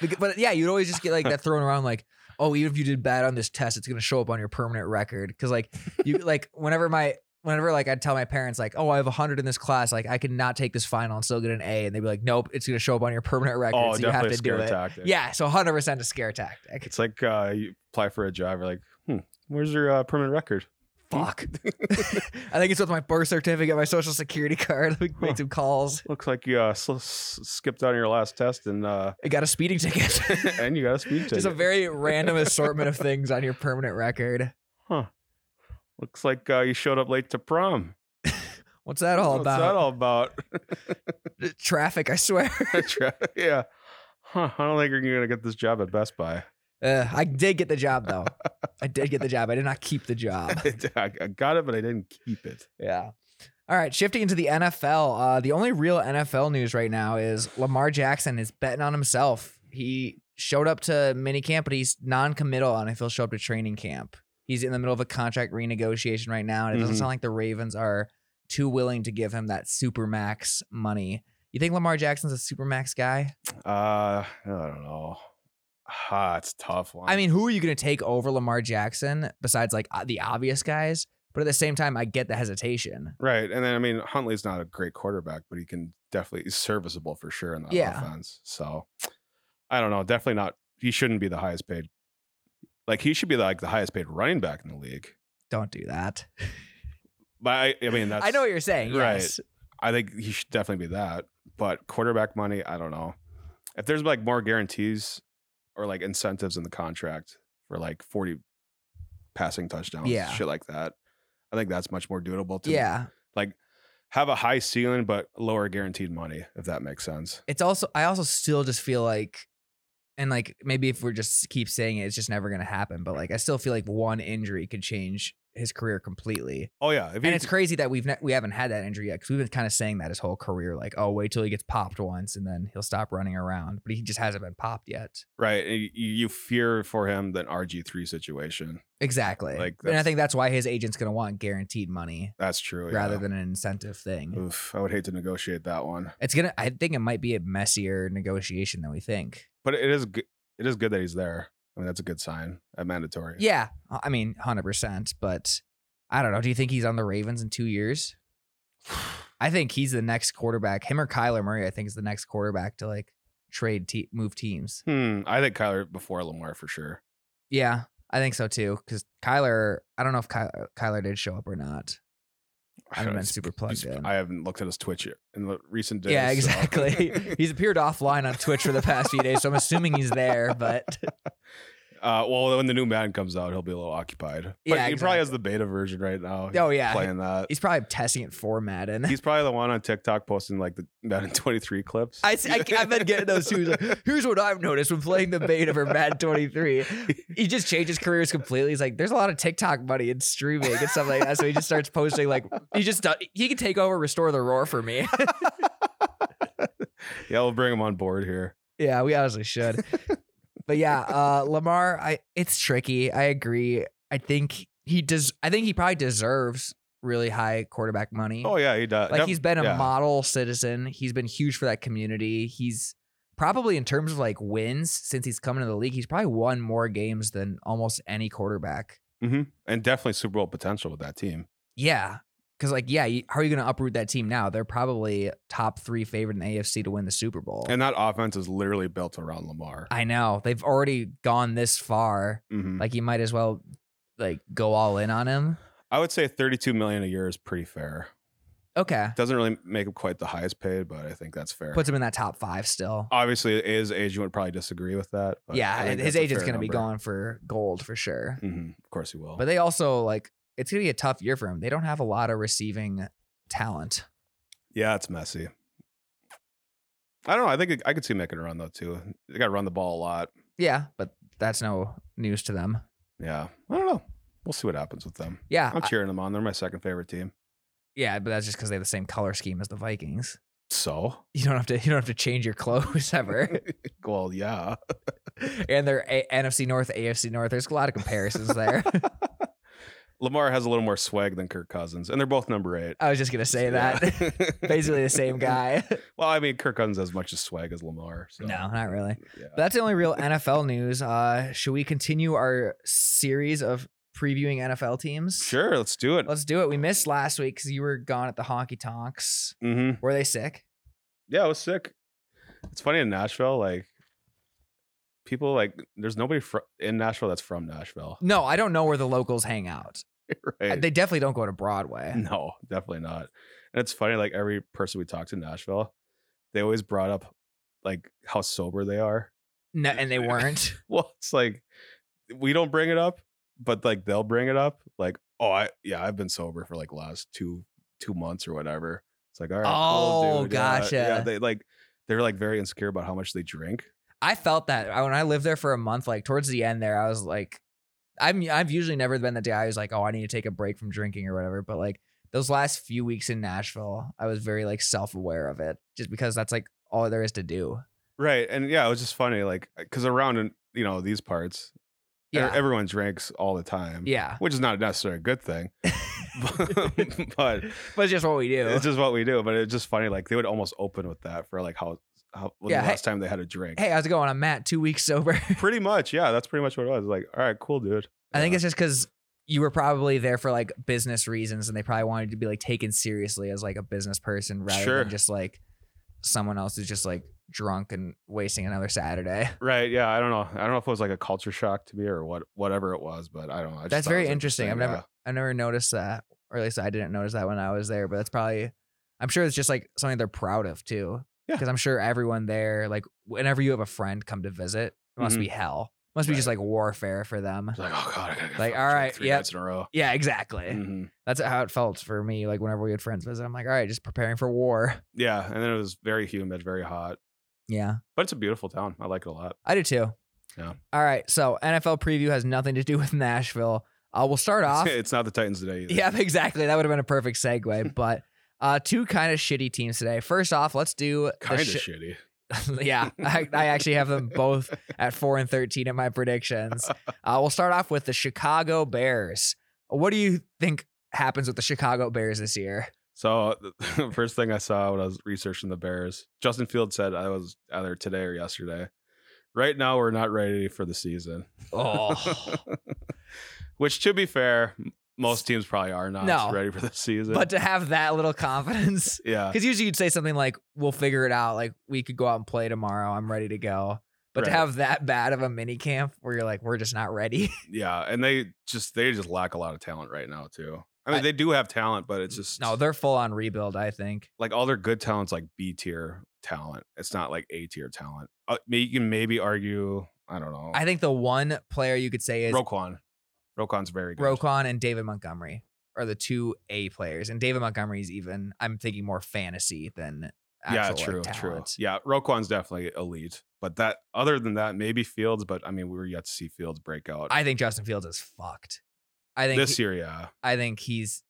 Bec- But yeah, you'd always just get like that thrown around, like, oh, even if you did bad on this test, it's gonna show up on your permanent record. Because like you like whenever my whenever like I'd tell my parents like, oh, I have hundred in this class, like I could not take this final and still get an A, and they'd be like, nope, it's gonna show up on your permanent record,
oh,
so you have
definitely a
to do
scare
it.
tactic.
Yeah, so hundred percent a scare tactic.
It's like uh, you apply for a job, you're like, hmm, where's your uh, permanent record?
Fuck. I think it's with my birth certificate, my social security card. Like, make
Huh.
some calls.
Looks like you uh, sl- s- skipped on your last test and uh,
I got a speeding ticket.
and you got a speed ticket.
Just a very random assortment of things on your permanent record.
Looks like uh, you showed up late to prom.
What's that all
What's
about?
that all about?
Traffic, I swear.
Tra- yeah. Huh, I don't think you're going to get this job at Best Buy.
Uh, I did get the job though. I did get the job. I did not keep the job.
I I got it, but I didn't keep it.
Yeah. All right, shifting into the NFL. Uh, the only real NFL news right now is Lamar Jackson is betting on himself. He showed up to minicamp, but he's non-committal on if he'll show up to training camp. He's in the middle of a contract renegotiation right now, and it doesn't
Mhm.
sound like the Ravens are too willing to give him that supermax money. You think Lamar Jackson's a supermax guy?
Uh, I don't know. Ah, it's a tough one.
I mean, who are you going to take over Lamar Jackson besides like uh, the obvious guys? But at the same time, I get the hesitation.
right. And then, I mean, Huntley's not a great quarterback, but he can definitely, he's serviceable for sure in the
Yeah.
offense. So I don't know. Definitely not. He shouldn't be the highest paid. Like, he should be like the highest paid running back in the league.
Don't do that.
But I, I mean, that's
I know what you're saying.
right.
Yes.
I think he should definitely be that. But quarterback money, I don't know. If there's like more guarantees or like incentives in the contract for like 40 passing touchdowns,
Yeah.
shit like that, I think that's much more doable to
Yeah.
like have a high ceiling but lower guaranteed money, if that makes sense.
It's also I also still just feel like and like maybe if we're just keep saying it, it's just never gonna happen. But like I still feel like one injury could change his career completely.
Oh, yeah. If
And
he-
it's crazy that we've ne- we haven't had that injury yet because we've been kind of saying that his whole career, like, oh, wait till he gets popped once and then he'll stop running around. But he just hasn't been popped yet.
right. and You, you fear for him than RG3 situation.
Exactly.
Like,
and I
that's-
think that's why his agent's gonna want guaranteed money
That's true.
rather
yeah.
than an incentive thing.
Oof, I would hate to negotiate that one.
It's gonna I think it might be a messier negotiation than we think.
But it is good. It is good that he's there. I mean, that's a good sign. A mandatory.
Yeah, uh, I I mean, hundred percent. But I don't know. Do you think he's on the Ravens in two years? I think he's the next quarterback. Him or Kyler Murray, I think, is the next quarterback to like trade te- move teams.
Hmm. I think Kyler before Lamar for sure.
Yeah, I think so too. Because Kyler, I don't know if Kyler, Kyler did show up or not. I haven't been
He's-
super plugged
he's-
in.
I haven't looked at his Twitch in the recent days.
yeah,
so-
exactly. he's appeared offline on Twitch for the past few days, so I'm assuming he's there. But
uh, well, when the new man comes out, he'll be a little occupied. But
Yeah,
he probably has the beta version right now. He's
oh yeah,
playing that.
he's probably testing it for Madden.
He's probably the one on TikTok posting like the Madden 23 clips.
I, see- I, have been getting those too. He's like, Here's what I've noticed when playing the beta for Madden 23. He just changes careers completely. He's like, there's a lot of TikTok money in streaming and stuff like that. So he just starts posting like he just do- he can take over, restore the roar for me.
yeah, we'll bring him on board here.
yeah, we honestly should. But yeah, uh, Lamar, I it's tricky. I agree. I think he does. I think he probably deserves really high quarterback money.
Oh yeah, he does.
Like he's been a
yeah.
model citizen. He's been huge for that community. He's probably in terms of like wins since he's come into the league, he's probably won more games than almost any quarterback.
hmm and definitely Super Bowl potential with that team.
Yeah. Cause like, yeah, you, how are you gonna uproot that team now? They're probably top three favorite in the AFC to win the Super Bowl.
And that offense is literally built around Lamar.
I know. They've already gone this far.
Mhm.
Like you might as well like go all in on him.
I would say 32 million a year is pretty fair.
Okay.
Doesn't really make him quite the highest paid, but I think that's fair.
Puts him in that top five still.
Obviously, his agent would probably disagree with that. but Oh, I
yeah.
think
and His
that's a
agent's
fair
going to be
number.
going for gold for sure.
Mhm, Of course, he will.
But they also, like, it's going to be a tough year for him. They don't have a lot of receiving talent.
yeah, it's messy. I don't know. I think I could see him making a run though too. They got to run the ball a lot.
Yeah. But that's no news to them.
Yeah, I don't know. We'll see what happens with them.
Yeah.
I'm
I-
cheering them on. They're my second favorite team.
yeah. But that's just because they have the same color scheme as the Vikings.
So,
You don't have to, you don't have to change your clothes ever.
well, yeah.
and their A- NFC North, AFC North. There's a lot of comparisons there.
Lamar has a little more swag than Kirk Cousins, and they're both number eight.
I was just gonna say that.
Yeah.
Basically the same guy.
Well, I mean, Kirk Cousins has as much as swag as Lamar. So.
No, not really.
Yeah.
But that's the only real NFL news. Uh, should we continue our series of previewing NFL teams?
Sure, let's do it.
Let's do it. We missed last week because you were gone at the honky tonks.
hmm
Were they sick?
Yeah, it was sick. It's funny in Nashville, like people like there's nobody fr- in Nashville that's from Nashville.
No, I don't know where the locals hang out.
Right?
They definitely don't go to Broadway.
no, definitely not. And it's funny, like every person we talked to in Nashville, they always brought up like how sober they are.
No, and they weren't.
Well, it's like we don't bring it up, but like they'll bring it up. Like, oh, I yeah, I've been sober for like last two two months or whatever. It's like, all right,
Oh,
cool, dude. Yeah,
gotcha.
Yeah, they like they're like very insecure about how much they drink.
I felt that I- when I lived there for a month. Like towards the end, there I was like, I'm I've usually never been the guy who's like, oh, I need to take a break from drinking or whatever. But like those last few weeks in Nashville, I was very like self aware of it, just because that's like all there is to do.
Er, Right. And yeah, it was just funny, like, because around, in, you know, these parts, e-
Yeah,
everyone drinks all the time.
yeah.
Which is not necessarily a good thing. but
But it's just what we do.
it's just what we do. But it's just funny, like, they would almost open with that for like how, how when
Yeah,
the
hey-
last time they had a drink.
hey, how's it going? I'm Matt, two weeks sober.
Pretty much. Yeah. That's pretty much what it was. Like, all right, cool, dude.
I think
Yeah.
it's just because you were probably there for like business reasons, and they probably wanted you to be like taken seriously as like a business person rather
Sure.
than just like someone else who's just like drunk and wasting another Saturday.
Right. Yeah. I don't know. I don't know if it was like a culture shock to me or what, whatever it was, but I don't know. I just
That's
thought it
very
was
interesting. I've
yeah.
never I never noticed that, or at least I didn't notice that when I was there. But that's probably I'm sure it's just like something they're proud of too.
Yeah.
Because I'm sure everyone there, like whenever you have a friend come to visit, it must
Mhm.
be hell. must be just like warfare for them.
It's like, oh, God. I gotta get
Like,
fucking
all
drunk
right,
Three
yep.
nights in a row.
Yeah, exactly.
Mhm.
That's how it felt for me. Like whenever we had friends visit, I'm like, all right, just preparing for war.
Yeah. And then it was very humid, very hot.
Yeah,
But it's a beautiful town. I like it a lot.
I do too.
Yeah.
All right, so NFL preview has nothing to do with Nashville. Uh, we'll start off.
It's not the Titans today either.
Yeah, exactly. That would have been a perfect segue. But uh, two kind of shitty teams today. First off, let's do the
Kind of
shi-
shitty.
yeah, I, I actually have them both at four and thirteen in my predictions. Uh, we'll start off with the Chicago Bears. What do you think happens with the Chicago Bears this year?
So the first thing I saw when I was researching the Bears, Justin Field said I was either today or yesterday. Right now we're not ready for the season.
Oh,
Which to be fair, m- most teams probably are not
No.
ready for the season.
but to have that little confidence,
yeah.
because usually you'd say something like, "We'll figure it out." Like we could go out and play tomorrow. I'm ready to go. But to
Right.
have that bad of a mini camp where you're like, "We're just not ready."
Yeah. And they just they just lack a lot of talent right now too. I mean,
I-
they do have talent, but it's just
no, they're full on rebuild. I think.
like all their good talents like B tier talent. It's not like A tier talent. Uh, may- you can maybe argue, I don't know.
I think the one player you could say is
Roquan. Roquan's very good.
Rokon and David Montgomery are the two A players, and David Montgomery's even I'm thinking more fantasy than
yeah,
actual,
true,
like,
true.
talent.
Yeah, Roquan's definitely elite. But that other than that, maybe Fields, but I mean we were yet to see Fields break out.
I think Justin Fields is fucked. I think
this
he-
year, yeah.
I think he's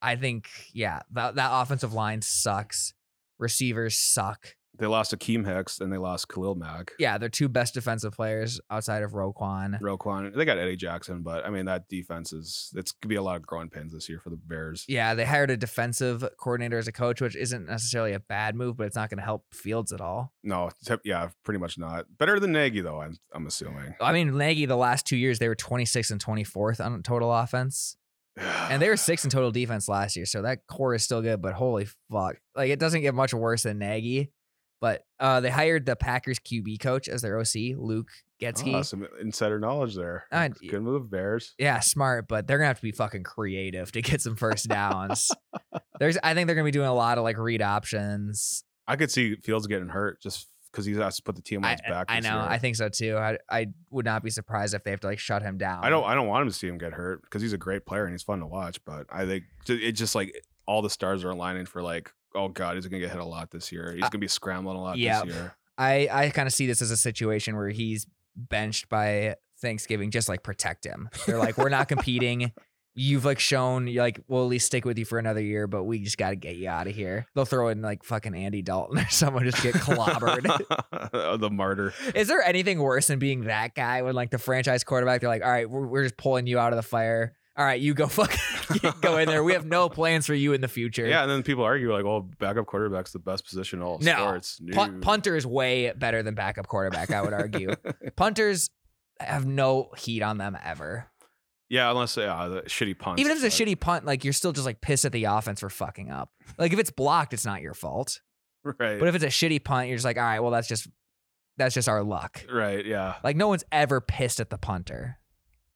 I think yeah that that offensive line sucks. Receivers suck.
They lost Akeem Hicks and they lost Khalil Mack.
Yeah, they're two best defensive players outside of Roquan.
Roquan. They got Eddie Jackson, but I mean that defense is it's gonna be a lot of growing pains this year for the Bears.
Yeah, they hired a defensive coordinator as a coach, which isn't necessarily a bad move, but it's not going to help Fields at all.
No, t- yeah, pretty much not. Better than Nagy though, I'm I'm assuming.
I mean, Nagy, the last two years, they were 26th and 24th on total offense. And they were sixth in total defense last year. So that core is still good, but holy fuck. Like, it doesn't get much worse than Nagy. But uh, they hired the Packers QB coach as their OC, Luke Getsky.
Ah, some insider knowledge there.
Uh,
Good move, Bears.
Yeah, smart, but they're gonna have to be fucking creative to get some first downs. There's, I think they're gonna be doing a lot of like read options.
I could see Fields getting hurt just because he's asked to put the team on
I,
his back.
I
this
know.
year.
I think so too. I, I would not be surprised if they have to like shut him down.
I don't. I don't want him to see him get hurt because he's a great player and he's fun to watch. But I think ju- it just like all the stars are aligning for like, oh god, he's gonna get hit a lot this year. He's
Uh,
gonna be scrambling a lot
yeah.
this year.
I, I kind of see this as a situation where he's benched by Thanksgiving, just like protect him. They're like, we're not competing. You've like shown, you're like, we'll at least stick with you for another year, but we just got to get you out of here. They'll throw in like fucking Andy Dalton or someone just get clobbered.
Oh, the martyr.
Is there anything worse than being that guy when like the franchise quarterback? They're like, all right, we're, we're just pulling you out of the fire. All right, you go fuck, go in there. We have no plans for you in the future.
Yeah, and then people argue like, well, backup quarterback's the best position in all of
No.
sports. No,
Pun- punter is way better than backup quarterback. I would argue. Punters have no heat on them ever.
Yeah, unless yeah, the shitty punt.
Even if it's a shitty punt, like you're still just like pissed at the offense for fucking up. Like if it's blocked, it's not your fault.
shitty, right?
But if it's a shitty punt, you're just like, all right, well that's just that's just our luck.
right, yeah.
Like no one's ever pissed at the punter.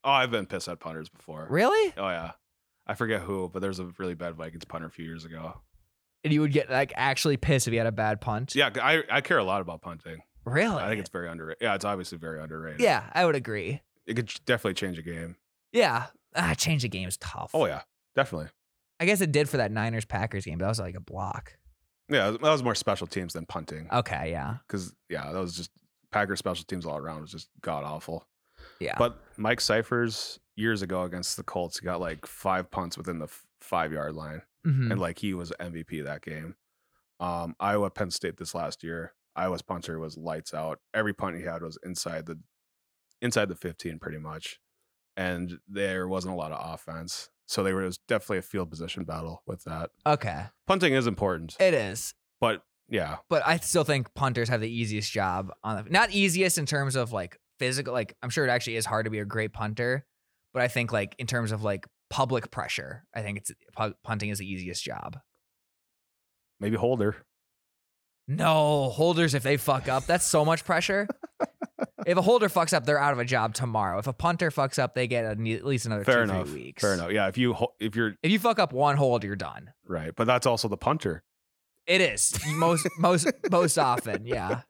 Oh, I've been pissed at punters before.
Really?
Oh yeah, I forget who, but there's a really bad Vikings punter a few years ago.
And you would get like actually pissed if you had a bad punt.
Yeah, I I care a lot about punting.
Really?
I think it's very underrated. Yeah, it's obviously very underrated.
Yeah, I would agree.
it could definitely change a game.
Yeah. Ah, change the game is tough.
Oh yeah, definitely.
I guess it did for that Niners Packers game, but that was like a block.
Yeah, that was more special teams than punting
Okay, yeah.
because yeah, that was just Packers special teams all around was just god awful.
Yeah.
But Mike Cyphers years ago against the Colts, he got like five punts within the f- five yard line,
Mhm.
and like he was MVP that game. Um, Iowa Penn State this last year, Iowa's punter was lights out. Every punt he had was inside the inside the fifteen, pretty much, and there wasn't a lot of offense. So they were it was definitely a field position battle with that.
Okay.
punting is important,
It is.
but yeah,
But I still think punters have the easiest job on the not easiest in terms of like physical like I'm sure it actually is hard to be a great punter, but I think like in terms of like public pressure, I think it's pu- punting is the easiest job.
maybe holder.
No, holders, if they fuck up, that's so much pressure. if a holder fucks up, they're out of a job tomorrow. If a punter fucks up, they get a, ne- at least another
Fair
two,
enough.
three weeks.
Fair enough. Yeah, if you ho- if you're
If you fuck up one hold, you're done.
right, but that's also the punter.
It is most most most often, yeah.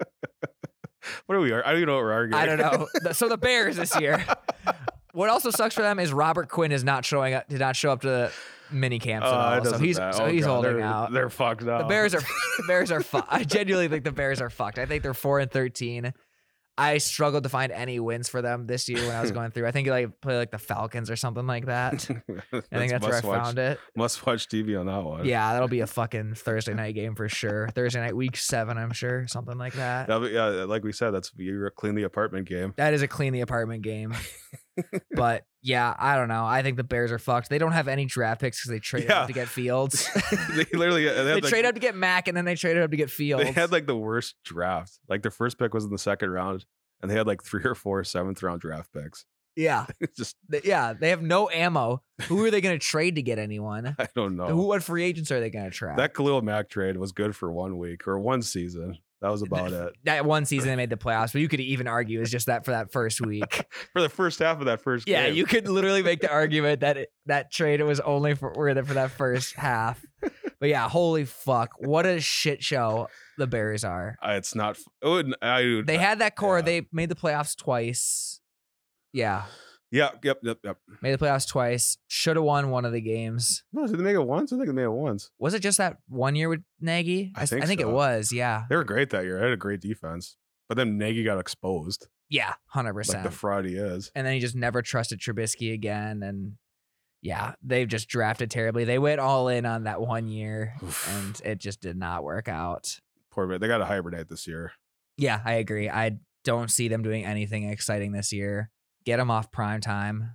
What are we? ar- I don't even know what we're arguing.
I don't know. The- So the Bears this year. What also sucks for them is Robert Quinn is not showing up. Did not show up to the mini camps
Oh, it
at all. So
doesn't
he's
matter.
so
Oh,
he's
God,
holding
they're,
out.
They're fucked up.
The Bears are the Bears are fucked. I genuinely think the Bears are fucked. I think they're four and thirteen. I struggled to find any wins for them this year when I was going through. I think like play like the Falcons or something like that. I think that's where I
watch,
found it.
Must watch TV on that one.
Yeah, that'll be a fucking Thursday night game for sure. Thursday night week seven, I'm sure, something like that.
That'll be- yeah, uh, like we said, that's you clean the apartment game.
That is a clean the apartment game. but yeah, I don't know. I think the Bears are fucked. They don't have any draft picks because they traded
Yeah.
up to get Fields.
they literally uh, they, had
they
like,
trade up to get Mack, and then they traded up to get Fields.
They had like the worst draft. Like their first pick was in the second round, and they had like three or four seventh round draft picks.
yeah,
It's just
They- yeah. They have no ammo. Who are they going to trade to get anyone?
I don't know.
Who? What free agents are they going to trap?
Oh. That Khalil Mack trade was good for one week or one season. That was about it.
That one season they made the playoffs, but you could even argue is just that for that first week.
For the first half of that first
yeah,
game.
you could literally make the argument that it, that trade was only for worth it for that first half. But yeah, holy fuck, what a shit show the Bears are.
I- it's not. It would, I would, uh,
They had that core.
Yeah.
They made the playoffs twice. Yeah,
yeah, yep, yep, yep.
made the playoffs twice. Should have won one of the games.
No, did they make it once? I think they made it once.
Was it just that one year with Nagy?
I
s-
think
it
so.
was. Yeah.
They were great that year. They had a great defense, but then Nagy got exposed,
Yeah. Hundred
like
percent.
the fraud he is.
and then he just never trusted Trubisky again. And yeah, they've just drafted terribly. They went all in on that one year,
Oof.
and it just did not work out.
Poor bit. They got to hibernate this year.
Yeah, I agree. I don't see them doing anything exciting this year. Get them off prime time.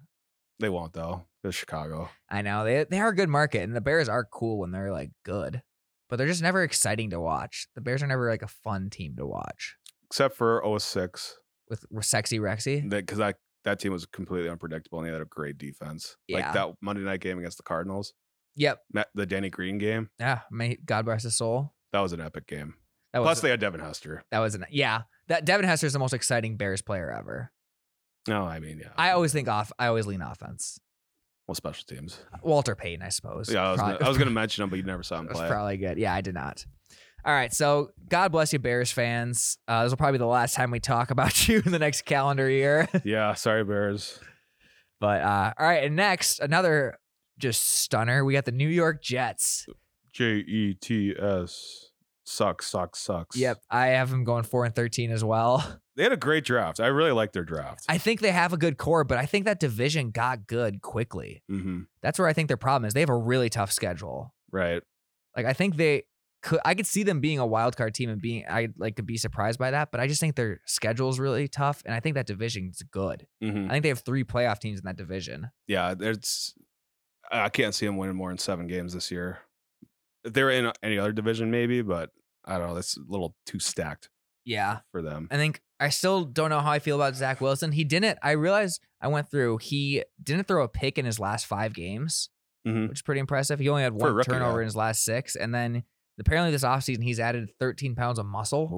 They won't though. They're Chicago.
I know they they are a good market, and the Bears are cool when they're like good, but they're just never exciting to watch. The Bears are never like a fun team to watch
Except for 06,
with with sexy Rexy.
because that, that team was completely unpredictable and they had a great defense.
Yeah.
Like that Monday night game against the Cardinals,
Yep.
Ma- the Danny Green game,
Yeah. May God bless his soul.
that was an epic game.
That was
Plus, they had Devin Hester.
that was an yeah. that Devin Hester is the most exciting Bears player ever.
No, I mean, yeah.
I always think off. I always lean offense.
well, special teams.
Walter Payton, I suppose.
Yeah, I was,
Probably-
gonna, I was gonna mention him, but you never saw him
That's
play.
probably good. Yeah, I did not. All right, so God bless you, Bears fans. Uh, this will probably be the last time we talk about you in the next calendar year.
yeah, sorry Bears.
But uh, all right, and next another just stunner. We got the New York Jets.
J E T S sucks, sucks, sucks.
Yep, I have them going four and thirteen as well.
They had a great draft. I really like their draft.
I think they have a good core, but I think that division got good quickly.
mm-hmm.
That's where I think their problem is. They have a really tough schedule.
Right.
Like I think they could. I could see them being a wild card team and being. I like could be surprised by that, but I just think their schedule's really tough, and I think that division's good.
Mm-hmm.
I think they have three playoff teams in that division.
Yeah, it's. I can't see them winning more than seven games this year. If they're in any other division, maybe, but I don't know. That's a little too stacked
Yeah.
for them.
I think I still don't know how I feel about Zach Wilson. He didn't. I realized I went through. He didn't throw a pick in his last five games,
Mhm.
which is pretty impressive. He only had
For a
one
rookie,
turnover
yeah.
in his last six, and then apparently this offseason he's added 13 pounds of muscle.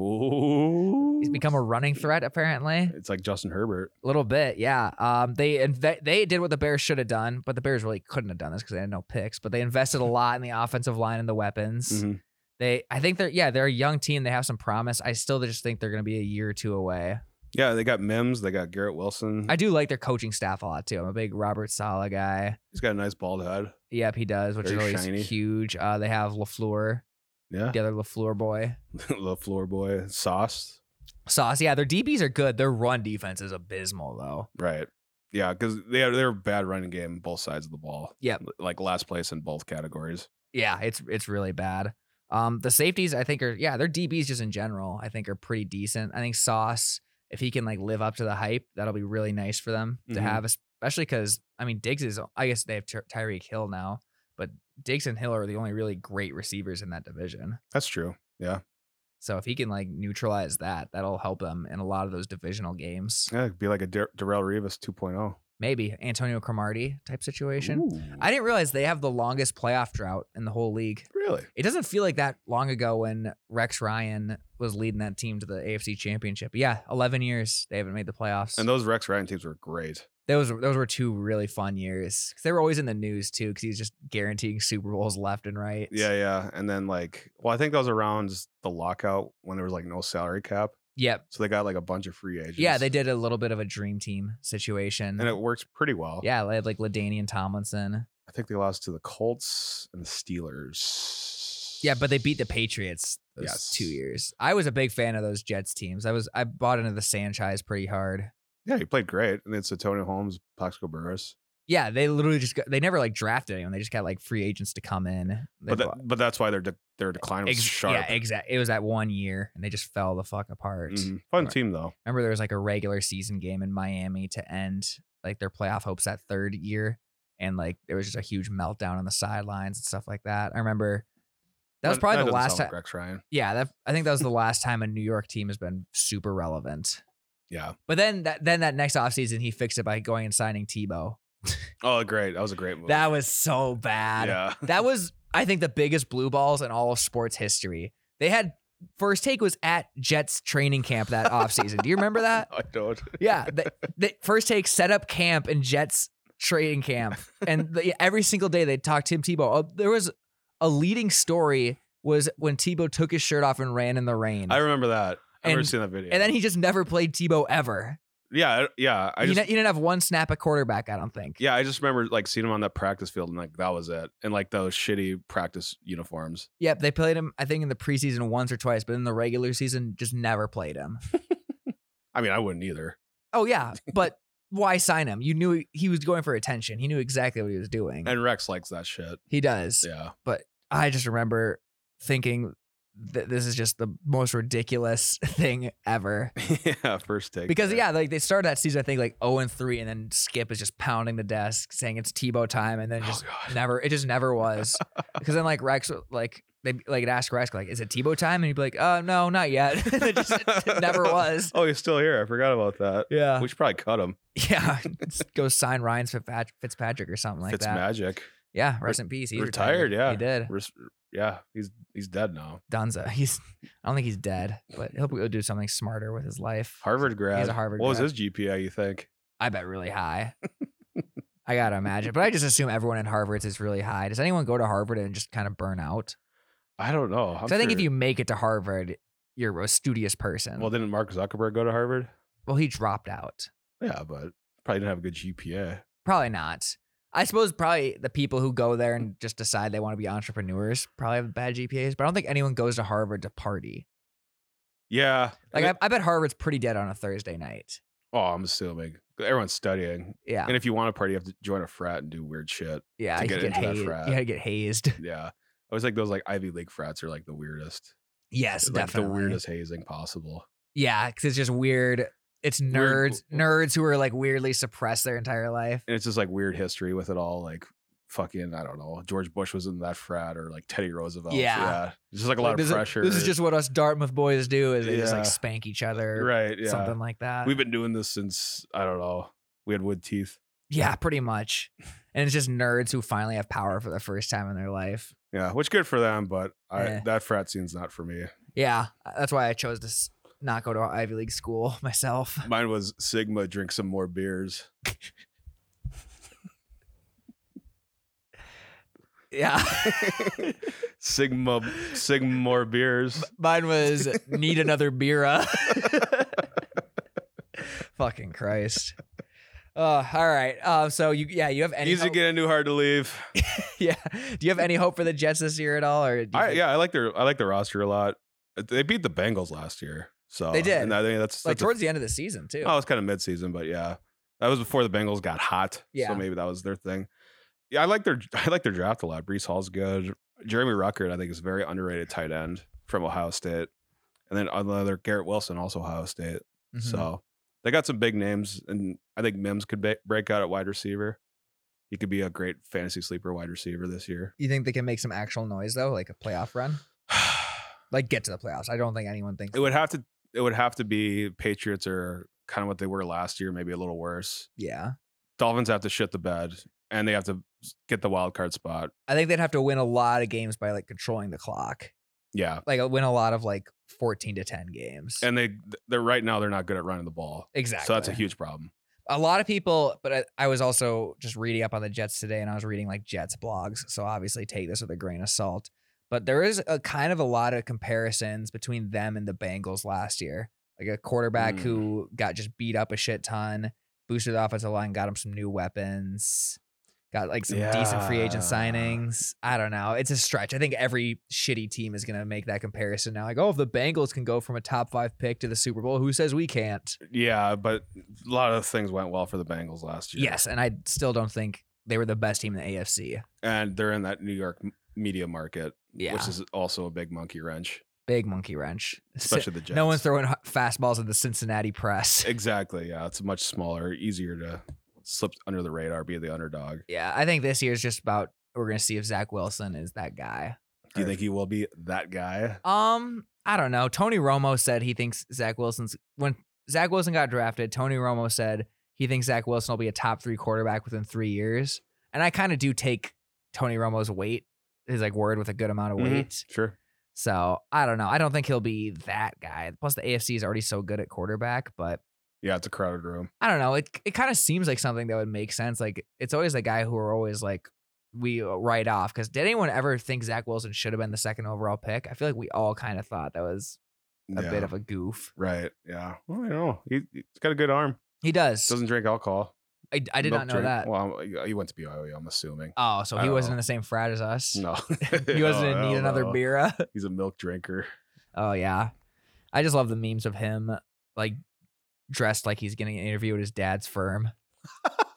Ooh.
He's become a running threat, apparently.
It's like Justin Herbert.
A little bit, yeah. Um, they inve- they did what the Bears should have done, but the Bears really couldn't have done this because they had no picks. But they invested a lot in the offensive line and the weapons.
Mhm.
They, I think they're yeah, they're a young team. They have some promise. I still just think they're going to be a year or two away.
Yeah, they got Mims. They got Garrett Wilson.
I do like their coaching staff a lot too. I'm a big Robert Sala guy.
He's got a nice bald head.
Yep, he does, which
Very
is always
shiny.
huge. Uh, they have Lafleur,
Yeah.
the other Lafleur boy.
the floor boy. Sauce.
Sauce, yeah, their DBs are good. Their run defense is abysmal though.
Right. Yeah, because they are they're a bad running game both sides of the ball.
Yep.
L- Like last place in both categories.
Yeah, it's it's really bad. Um, the safeties I think are yeah, their DBs just in general I think are pretty decent. I think Sauce, if he can like live up to the hype, that'll be really nice for them to
Mhm.
have, especially because I mean Diggs is I guess they have Ty- Tyreek Hill now, but Diggs and Hill are the only really great receivers in that division.
That's true. Yeah.
So if he can like neutralize that, that'll help them in a lot of those divisional games.
Yeah, it'd be like a Dar- Darrell Rivas 2.0.
Maybe Antonio Cromartie type situation.
oh. Ooh.
I didn't realize they have the longest playoff drought in the whole league.
really?
It doesn't feel like that long ago when Rex Ryan was leading that team to the AFC Championship. But yeah, 11 years they haven't made the playoffs.
And those Rex Ryan teams were great.
those those were two really fun years. 'Cause They were always in the news too cuz he was just guaranteeing Super Bowls left and right.
Yeah, yeah. And then like, well, I think that was around the lockout when there was like no salary cap,
Yep.
so they got like a bunch of free agents.
Yeah, they did a little bit of a dream team situation.
and it works pretty well.
yeah, they had like Ladanian Tomlinson.
I think they lost to the Colts and the Steelers.
Yeah, but they beat the Patriots those
Yes.
two years. I was a big fan of those Jets teams. I was I bought into the Sanchez pretty hard.
Yeah, he played great, and it's Antonio Holmes, Plaxico Burris.
Yeah, they literally just got, they never like drafted anyone. They just got like free agents to come in. They
But
bought-
that, but that's why their de- their decline was
ex-
sharp.
Yeah, exactly. It was that one year, and they just fell the fuck apart.
Mhm. Fun
Right.
team though.
Remember, there was like a regular season game in Miami to end like their playoff hopes that third year, and like there was just a huge meltdown on the sidelines and stuff like that. I remember that was probably the
doesn't
last
sound
time.
like Rex Ryan.
Yeah, that I think that was the last time a New York team has been super relevant.
Yeah.
But then that then that next offseason he fixed it by going and signing Tebow.
Oh, great. That was a great move.
That was so bad.
yeah.
That was I think the biggest blue balls in all of sports history. They had first take was at Jets training camp that offseason. Do you remember that?
I don't.
Yeah, the, the first take set up camp in Jets training camp, and the, every single day they talked Tim Tebow. Oh, there was a leading story was when Tebow took his shirt off and ran in the rain,
I remember that. I've never
And-
seen that video.
and then he just never played Tebow ever.
Yeah, I- yeah. I
he,
just
ne- he didn't have one snap at quarterback, I don't think.
yeah, I just remember like seeing him on that practice field and like that was it. And like those shitty practice uniforms.
Yep, they played him. I think in the preseason once or twice, but in the regular season, just never played him.
I mean, I wouldn't either.
Oh yeah, but why sign him? You knew he was going for attention. He knew exactly what he was doing.
And Rex likes that shit.
he does.
Yeah.
I just remember thinking that this is just the most ridiculous thing ever.
yeah, first take.
Because
there.
yeah, like they started that season, I think like zero and three, and then Skip is just pounding the desk saying it's Tebow time, and then
Oh,
just
God.
never it just never was because then like rex like they like ask rex like is it tebow time and he'd be like uh no not yet it just it never was
Oh, he's still here. I forgot about that.
yeah
We should probably cut him.
yeah just go sign ryan Fitzpat- fitzpatrick or something like
It's
that
magic.
Yeah, rest in peace. He's
retired,
retired.
yeah.
he did.
Res- yeah, he's he's dead now.
Dunza. He's. I don't think he's dead, but he'll go do something smarter with his life.
Harvard grad.
Harvard
What
grad.
was his GPA? You think?
I bet really high. I gotta imagine, but I just assume everyone at Harvard's is really high. Does anyone go to Harvard and just kind of burn out?
I don't know. I'm
So I think if
sure-
you make it to Harvard, you're a studious person.
well, didn't Mark Zuckerberg go to Harvard?
well, he dropped out.
Yeah, but probably didn't have a good GPA.
Probably not. I suppose probably the people who go there and just decide they want to be entrepreneurs probably have bad GPAs, but I don't think anyone goes to Harvard to party.
Yeah,
Like,
and
I, I bet Harvard's pretty dead on a Thursday night.
it- oh, I'm assuming everyone's studying,
Yeah.
and if you want to party, you have to join a frat and do weird shit.
Yeah.
to
You
get
get,
into that
hazed. you
frat.
gotta get hazed.
Yeah, I was like those like Ivy League frats are like the weirdest,
Yes,
like
definitely.
the weirdest hazing possible.
Yeah, because it's just weird. It's
Weird-
nerds, nerds who are like weirdly suppressed their entire life.
and it's just like weird history with it all like fucking i don't know george bush was in that frat or like teddy roosevelt
Yeah.
it's just like a lot
Like,
of
this is-
pressure
this is just what us Dartmouth boys do: is they just like
Yeah.
spank each other,
right yeah
something like that.
we've been doing this since i don't know we had wood teeth
yeah, pretty much. And it's just nerds who finally have power for the first time in their life.
yeah which good for them but I,
Yeah.
that frat scene's not for me
Yeah, that's why I chose to s- not go to Ivy League school myself.
mine was sigma drink some more beers
Yeah,
sigma sigma more beers
mine was need another beer. uh." Fucking Christ. Uh, all right. Uh, so you, yeah, you have any?
easy to
hope-
get into hard to leave
yeah. Do you have any hope for the Jets this year at all? Or do you
I,
think-
yeah i like their i like their roster a lot Uh, they beat the bengals last year so
They did.
and I think that's
like
that's a
towards the end of the season too.
Oh, it's kind of midseason, but yeah, that was before the Bengals got hot.
Yeah.
so maybe that was their thing. Yeah, I like their I like their draft a lot. Brees Hall's good. Jeremy Ruckert, I think, is a very underrated tight end from Ohio State, and then another Garrett Wilson, also Ohio State.
Mhm.
So they got some big names, and I think Mims could ba- break out at wide receiver. He could be a great fantasy sleeper wide receiver this year.
you think they can make some actual noise though, like a playoff run, like get to the playoffs? I don't think anyone thinks.
it would have to it would have to be Patriots or kind of what they were last year, maybe a little worse.
yeah,
Dolphins have to shit the bed and they have to get the wild card spot.
I think they'd have to win a lot of games by like controlling the clock,
Yeah.
like uh, win a lot of like fourteen to ten games.
And they they're right now they're not good at running the ball.
exactly.
So that's a huge problem.
a lot of people, but I, I was also just reading up on the Jets today and I was reading like Jets blogs. So obviously take this with a grain of salt. But there is a kind of a lot of comparisons between them and the Bengals last year. Like a quarterback
Mm.
who got just beat up a shit ton, boosted the offensive line, got him some new weapons, got like some decent free agent
Yeah.
signings. I don't know. It's a stretch. I think every shitty team is going to make that comparison now. Like, oh, if the Bengals can go from a top five pick to the Super Bowl, who says we can't?
Yeah, but a lot of things went well for the Bengals last year.
Yes, and I still don't think they were the best team in the AFC.
And they're in that New York m- media market,
Yeah,
which is also a big monkey wrench,
big monkey wrench. Cin-
especially the Jets.
no one's throwing h- fastballs at the Cincinnati press.
Exactly. Yeah, it's much smaller, easier to slip under the radar, be the underdog.
Yeah, I think this year's just about we're gonna see if Zach Wilson is that guy.
Do you think he will be that guy?
Um, I don't know. Tony Romo said he thinks Zach Wilson's when Zach Wilson got drafted. Tony Romo said he thinks Zach Wilson will be a top three quarterback within three years, and I kind of do take Tony Romo's weight, his like word with a good amount of
Mhm.
weight.
Sure.
So I don't know. I don't think he'll be that guy. Plus, the AFC is already so good at quarterback, but
Yeah, it's a crowded room.
I don't know. It it kind of seems like something that would make sense. Like it's always the guy who are always like we uh, write off. Because did anyone ever think Zach Wilson should have been the second overall pick? I feel like we all kind of thought that was a
yeah.
bit of a goof.
Right. Yeah. Well, I don't know. He, he's got a good arm.
He does.
Doesn't drink alcohol.
I, I did not
Milk
know
drink-
that.
Well, I'm- he went to BYU, I'm assuming.
oh, so
I
he
don't
wasn't
know.
in the same frat as us.
No,
He wasn't in
No,
need
hell
another
no.
beer.
He's a milk drinker.
Oh yeah. I just love the memes of him like dressed like he's getting an interview at his dad's firm.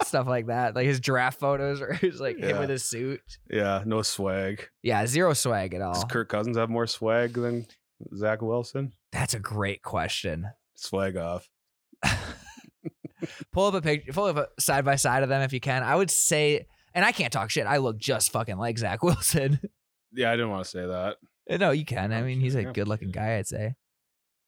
Stuff like that. Like his draft photos are just like him
Yeah.
with his suit.
Yeah, no swag.
Yeah, zero swag at all.
Does Kirk Cousins have more swag than Zach Wilson?
That's a great question.
Swag off.
Pull up a picture, pull up a side by side of them if you can. I would say, and I can't talk shit. I look just fucking like Zach Wilson. Uh,
Yeah, I didn't want to say that.
no, you can. I
Oh,
mean,
sure,
he's a
yeah.
good looking guy. I'd say.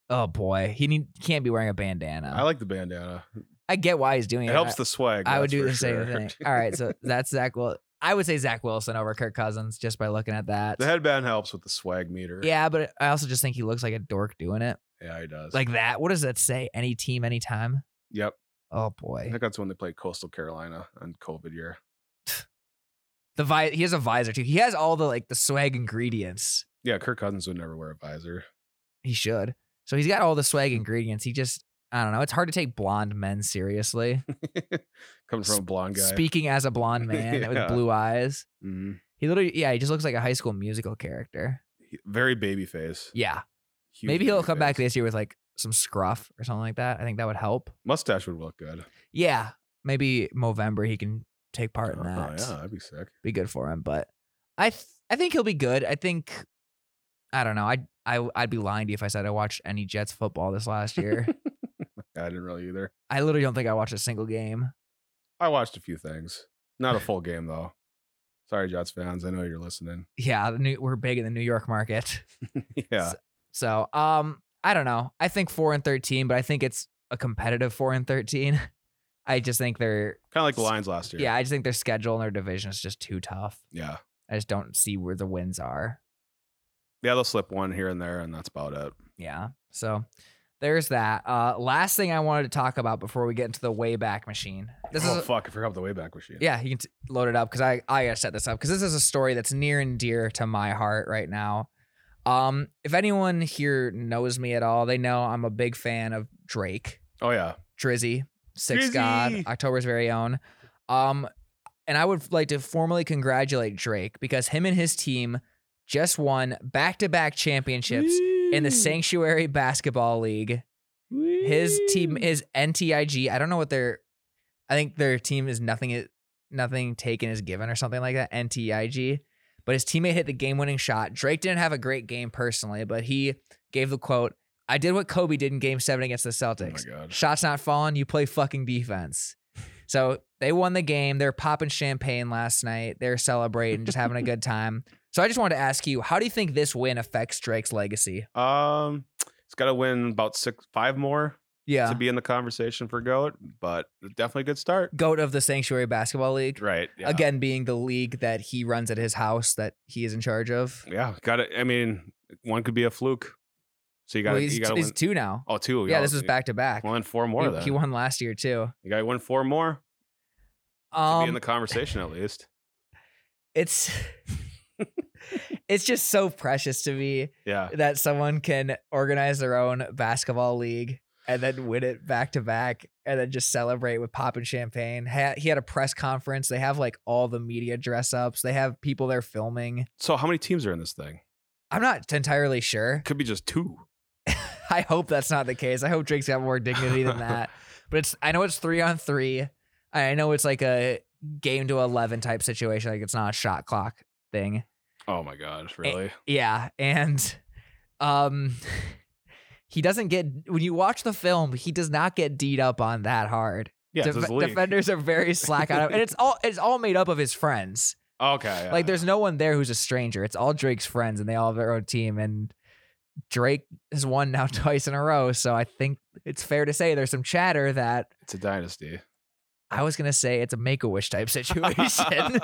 Oh boy, he need, can't be wearing a bandana.
I like the bandana.
I get why he's doing it.
It
I-
helps the swag.
I would
that's
do
for
the same
sure.
thing. All right, so that's Zach. Well, I would say Zach Wilson over Kirk Cousins just by looking at that.
The headband helps with the swag meter.
Yeah, but I also just think he looks like a dork doing it
Yeah, he does.
like that. What does that say? Any team, anytime.
yep.
Oh
I
boy,
think that's when they played Coastal Carolina on COVID year.
the vi- he has a visor too. He has all the like the swag ingredients.
Yeah, Kirk Cousins would never wear a visor.
He should. So he's got all the swag ingredients. He just I don't know. It's hard to take blonde men seriously.
Coming from a blonde guy.
Speaking as a blonde man
Yeah.
with blue eyes,
Mhm.
he literally yeah he just looks like a high school musical character.
He- Very baby face.
Yeah,
Huge
maybe he'll
baby
come back
face.
this year with like some scruff or something like that. I think that would help.
Mustache would look good.
Yeah, maybe Movember he can take part in
Oh,
that.
yeah, that'd be sick.
be good for him. But I th- I think he'll be good. I think I don't know. I I I'd be lying to you if I said I watched any Jets football this last year.
I didn't really either.
I literally don't think I watched a single game.
I watched a few things. Not a full game though. Sorry, Jets fans. I know you're listening.
Yeah, the new, we're big in the New York market.
yeah.
So um I don't know. I think four and thirteen, but I think it's a competitive four and thirteen. I just think they're
Kind of like the Lions last year.
yeah, I just think their schedule and their division is just too tough.
Yeah.
I just don't see where the wins are.
Yeah, they'll slip one here and there, and that's about it.
Yeah. So there's that. Uh, last thing I wanted to talk about before we get into the Wayback Machine. This
oh
is
fuck, I forgot the Wayback Machine.
yeah, you can t- load it up because I I gotta set this up because this is a story that's near and dear to my heart right now. Um, if anyone here knows me at all, they know I'm a big fan of Drake,
Oh yeah.
Drizzy, Six
Drizzy!
God, October's very own. Um, and I would like to formally congratulate Drake because him and his team just won back-to-back championships in
Mm.
the Sanctuary Basketball League. His team
Mm.
is NTIG. I don't know what their I think their team is nothing i- nothing taken is given or something like that. NTIG. But his teammate hit the game-winning shot. Drake didn't have a great game personally, but he gave the quote, "I did what Kobe did in game 7 against the
Oh my
Celtics.
god.
Shots not falling, you play fucking defense." So, they won the game. They're popping champagne last night. They're celebrating, just having a good time. So, I just wanted to ask you, how do you think this win affects Drake's legacy?
Um, he's got to win about six, five more
Yeah.
to be in the conversation for goat, but definitely a good start.
goat of the Sanctuary Basketball League.
Right. Yeah.
Again, being the league that he runs at his house that he is in charge of.
Yeah. Got it. I mean, one could be a fluke. So you got
Well,
to
he's,
you got to
he's
win.
two now.
Oh, two.
yeah, this is back to back.
Won four more.
He,
then
he won last year too.
You got to win four more to be in
Um,
the conversation at least.
it's it's just so precious to me
Yeah.
that someone can organize their own basketball league and then win it back to back and then just celebrate with pop and champagne. Ha- He had a press conference. They have like all the media dress ups. They have people there filming.
So how many teams are in this thing?
I'm not entirely sure.
Could be just two.
I hope that's not the case. I hope Drake's got more dignity than that. But it's I know it's three on three. I know it's like a game to eleven type situation. Like it's not a shot clock thing.
Oh my god, really?
Yeah. And um he doesn't get when you watch the film, he does not get D'd up on that hard.
Yeah,
Def-
this is league.
defenders are very slack on him. And it's all it's all made up of his friends.
Okay. yeah.
Like there's no one there who's a stranger. It's all Drake's friends and they all have their own team and Drake has won now twice in a row, so I think it's fair to say there's some chatter that
it's a dynasty.
I was gonna say it's a make a wish type situation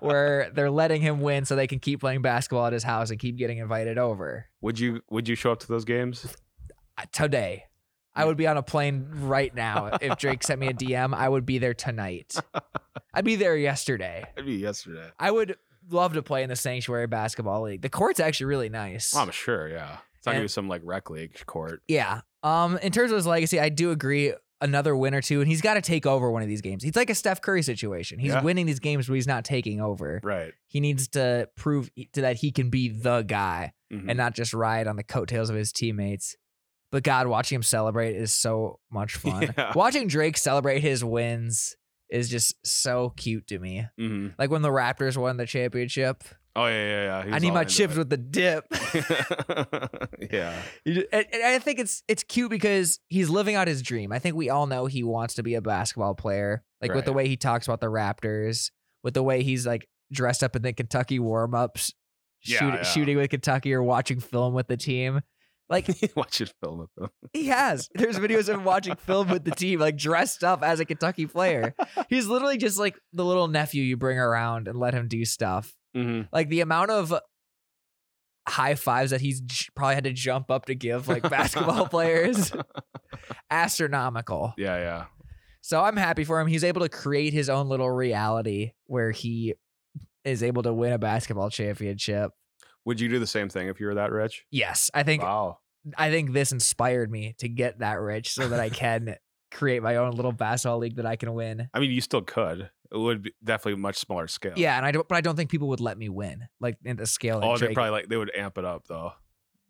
where they're letting him win so they can keep playing basketball at his house and keep getting invited over.
Would you would you show up to those games?
Uh, Today. I would be on a plane right now. If Drake sent me a DM, I would be there tonight. I'd be there yesterday.
It'd be yesterday.
I would love to play in the Sanctuary Basketball League. The court's actually really nice.
I'm sure, yeah. It's not gonna
And-
be some like rec league court.
Yeah. Um, in terms of his legacy, I do agree another win or two, and he's got to take over one of these games. He's like a Steph Curry situation. He's
Yeah.
winning these games, but he's not taking over.
Right.
He needs to prove e, to that he can be the guy
Mhm.
and not just ride on the coattails of his teammates. But God, watching him celebrate is so much fun.
Yeah.
Watching Drake celebrate his wins is just so cute to me.
Mhm.
Like when the Raptors won the championship,
Oh yeah, yeah, yeah. He
I
was
need
all
my
into
chips
it.
with the dip.
yeah.
You ju- And, and I think it's it's cute because he's living out his dream. I think we all know he wants to be a basketball player. Like with the
Right.
way he talks about the Raptors, with the way he's like dressed up in the Kentucky warm ups,
Yeah, yeah.
shooting with Kentucky or watching film with the team. Like
Watch it film with them.
he has. There's videos of him watching film with the team, like dressed up as a Kentucky player. He's literally just like the little nephew you bring around and let him do stuff.
Mm-hmm.
Like the amount of high fives that he's j- probably had to jump up to give like basketball players, astronomical.
Yeah, yeah.
So I'm happy for him. He's able to create his own little reality where he is able to win a basketball championship.
Would you do the same thing if you were that rich?
Yes, I think
Wow.
I think this inspired me to get that rich so that I can create my own little basketball league that I can win.
I mean, you still could. It would be definitely much smaller scale.
Yeah, and I don't, but I don't think people would let me win like in the scale. That
Oh, they
Drake-
probably like they would amp it up though.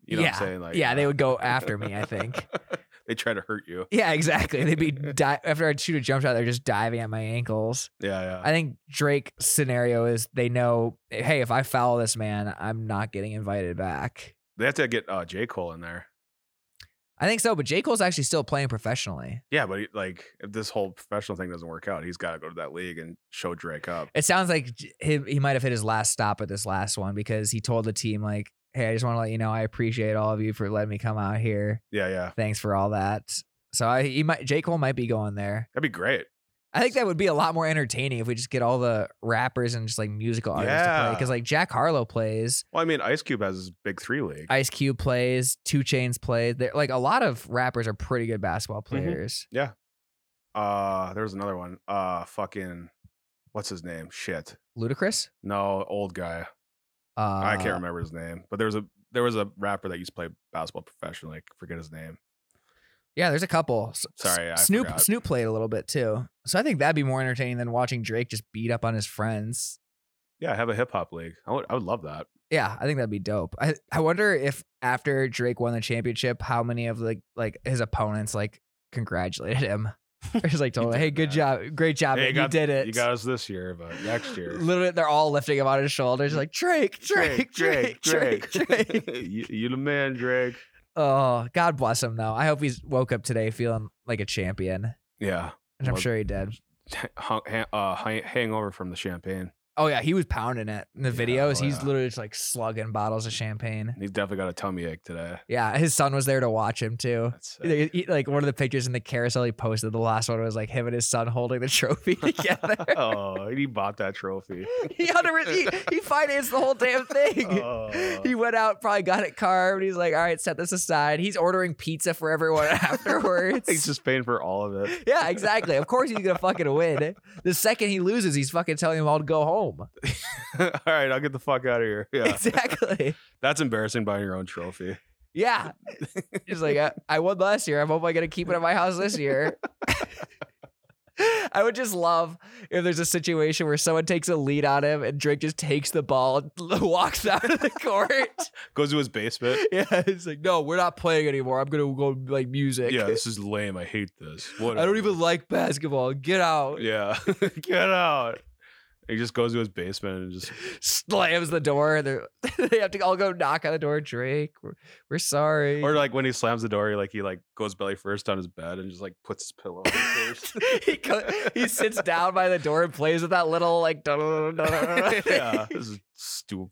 You know
yeah,
what I'm saying? Like
yeah, they
uh,
would go after me. I think.
they try to hurt you.
Yeah, exactly. They'd be di- after I'd shoot a jump shot, they're just diving at my ankles.
Yeah, yeah.
I think Drake's scenario is they know, hey, if I foul this man, I'm not getting invited back.
they have to get uh, J Cole in there.
I think so, but J Cole's actually still playing professionally.
Yeah, but he, like if this whole professional thing doesn't work out, he's got to go to that league and show Drake up.
It sounds like j- he, he might have hit his last stop at this last one because he told the team like, "Hey, I just want to let you know I appreciate all of you for letting me come out here.
Yeah, yeah.
Thanks for all that." So I, he might J Cole might be going there.
That'd be great.
I think that would be a lot more entertaining if we just get all the rappers and just like musical artists to play
Yeah.
because like Jack Harlow plays,
Well, I mean, Ice Cube has his big three league.
Ice Cube plays, Two Chains plays. They're- Like a lot of rappers are pretty good basketball
Mm-hmm.
players.
uh, there was another one. Uh, fucking, what's his name? Shit.
Ludacris,
No, old guy.
uh,
I can't remember his name. But there was a there was a rapper that used to play basketball professionally. I forget his name.
Yeah, there's a couple. S-
Sorry, I
Snoop
forgot.
Snoop played a little bit too. So I think that'd be more entertaining than watching Drake just beat up on his friends.
Yeah, have a hip hop league. I would I would love that.
Yeah, I think that'd be dope. I, I wonder if after Drake won the championship, how many of like like his opponents like congratulated him. Or just like told him,
did
Hey, good
that.
job, great job,
Hey,
man.
you
You,
got-
did it.
You got us this year, but next year.
Literally, they're all lifting him on his shoulders, like Drake, Drake, Drake, Drake, Drake.
you, you the man, Drake.
oh, God bless him though. I hope he's woke up today feeling like a champion,
Yeah.
and I'm
Well-
sure he did.
Hung, hang, uh, hang- hangover from the champagne.
Oh yeah, he was pounding it in the
Yeah,
videos.
oh,
He's
yeah.
literally just like slugging bottles of champagne.
He's definitely got a tummy ache today.
Yeah, his son was there to watch him too.
That's sick.
He- he- like one of the pictures in the carousel he posted, the last one was like him and his son holding the trophy together.
oh, and he bought that trophy.
he, under- he he financed the whole damn thing.
Oh.
He went out, probably got it carved. He's like, all right, set this aside. He's ordering pizza for everyone afterwards.
He's just paying for all of it.
yeah, exactly. Of course he's gonna fucking win. The second he loses, he's fucking telling him all to go home.
all right, I'll get the fuck out of here. Yeah,
Exactly.
that's embarrassing buying your own trophy.
Yeah. He's like, I, I won last year. I'm hoping I to keep it at my house this year. I would just love if there's a situation where someone takes a lead on him and Drake just takes the ball, and walks out of the court.
Goes to his basement.
yeah, it's like, no, we're not playing anymore. I'm gonna go like music.
Yeah, this is lame. I hate this. What?
I don't even like basketball. Get out.
Yeah, get out. He just goes to his basement and just
Slams the door. They're, they have to all go knock on the door. Drake, we're, we're sorry.
Or like when he slams the door, he like he like goes belly first on his bed and just like puts his pillow on first.
he co- he sits down by the door and plays with that little like
yeah, this is stupid.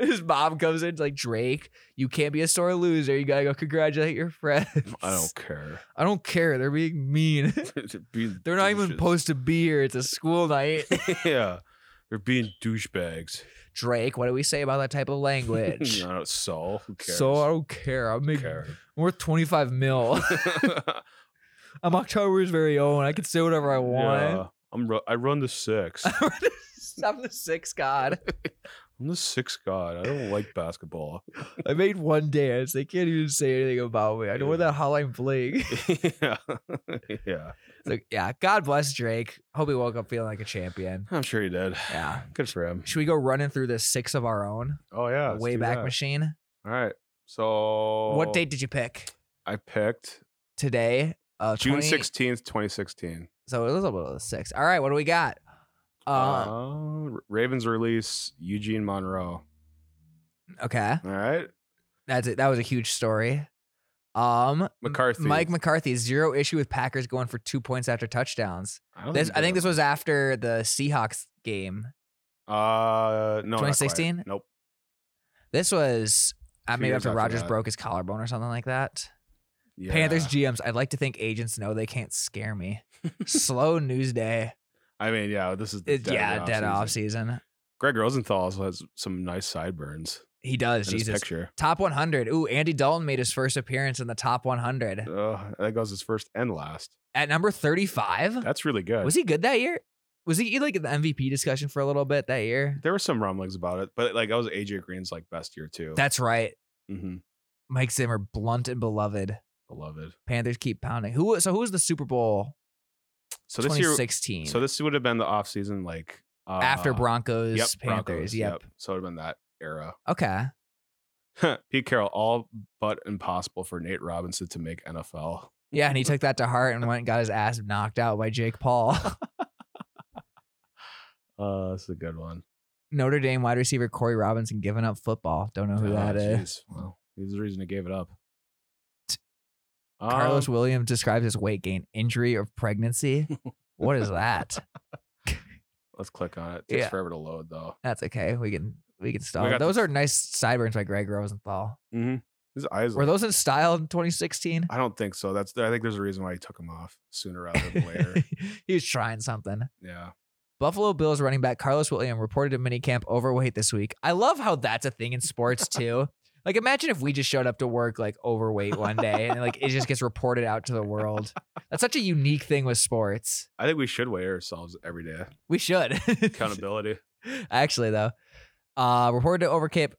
His mom comes in like Drake, you can't be a sore loser. You gotta go congratulate your friends.
I don't care.
I don't care. They're being mean.
Being
They're not even
douches.
supposed to be here. It's a school night.
yeah, they're being douchebags.
Drake, what do we say about that type of language?
I don't so who cares?
So I don't care. I'm
Who
making
care.
I'm worth 25 mil. I'm October's very own. I can say whatever I want.
Yeah, I'm ru- I run the six.
I'm the sixth god.
I'm the six god. I don't like basketball.
I made one dance. They can't even say anything about me. I know where that hotline bling.
yeah, yeah.
So yeah, God bless Drake. Hope he woke up feeling like a champion.
I'm sure he did.
Yeah.
Good for him.
Should we go running through the six of our own
Oh yeah, let's
way
do
back
that. Oh.
machine?
All right. So
What date did you pick?
I picked
Today, uh,
June
20
sixteenth, twenty sixteen.
So it was a little six. All right, what do we got? Uh,
Uh, R- Ravens release Eugene Monroe.
okay,
All right,
that's it. That was a huge story. Um,
McCarthy.
Mike McCarthy zero issue with Packers going for two points after touchdowns.
I, don't
This,
he
I
did
think
that
this was after the Seahawks game.
one. Uh, no, not quite.
2016?
Nope.
This was Uh,
Two
maybe
years
after
after
Rogers
that.
broke his collarbone or something like that.
Yeah.
Panthers GMs, I'd like to think agents know they can't scare me. Slow news day.
I mean, yeah, this is the
It-
dead
yeah,
off
dead
season.
off season.
Greg Rosenthal also has some nice sideburns
He does.
in his
Jesus.
picture.
Top 100. Ooh, Andy Dalton made his first appearance in the top 100
Uh, that goes his first and last.
at number 35.
That's really good.
Was he good that year? Was he like in the MVP discussion for a little bit that year?
There were some rumblings about it, but like that was AJ Green's like best year too.
That's right.
hmm
Mike Zimmer, blunt and beloved.
Beloved.
Panthers keep pounding. Who was so who was the Super Bowl
So this year,
2016?
so this would have been the off season, like uh,
after Broncos,
yep,
Panthers.
Broncos,
yep.
So it would have been that era.
Okay.
Pete Carroll, all but impossible for Nate Robinson to make NFL.
Yeah, and he took that to heart and went and got his ass knocked out by Jake Paul.
Uh, this is a good one.
Notre Dame wide receiver Corey Robinson giving up football. Don't know who
Ah,
that is.
Well, he's the reason he gave it up.
Carlos
Um,
Williams describes his weight gain injury of pregnancy. what is that?
let's click on it. It takes
Yeah.
forever to load though.
That's okay. We can we can stop.
got
Those
the-
are nice sideburns by Greg Rosenthal.
His eyes.
Were
look-
those in style in 2016?
I don't think so. That's. I think there's a reason why he took him off sooner rather than later.
he was trying something.
yeah.
Buffalo Bills running back Carlos William reported at minicamp overweight this week. I love how that's a thing in sports too. like imagine if we just showed up to work like overweight one day and like it just gets reported out to the world. That's such a unique thing with sports.
I think we should weigh ourselves every day.
We should.
Accountability.
Actually though, uh reported to overcamp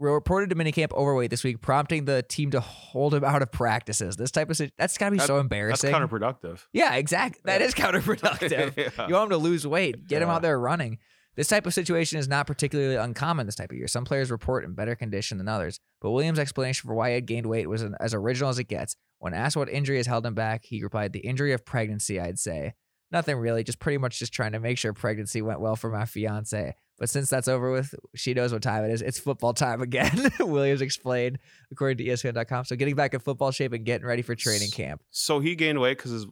reported to minicamp overweight this week prompting the team to hold him out of practices. This type of si- that's got to be
That-
so
That's
embarrassing.
counterproductive.
yeah, exactly. That is counterproductive.
Yeah.
You want him to lose weight. Get him
Yeah.
out there running. This type of situation is not particularly uncommon this type of year. Some players report in better condition than others, but Williams' explanation for why he had gained weight was an, as original as it gets. When asked what injury has held him back, he replied, The injury of pregnancy, I'd say. Nothing really, just pretty much just trying to make sure pregnancy went well for my fiance. But since that's over with, she knows what time it is. It's football time again, Williams explained, according to E ESPN.com. So getting back in football shape and getting ready for training
S-
camp.
So he gained weight because his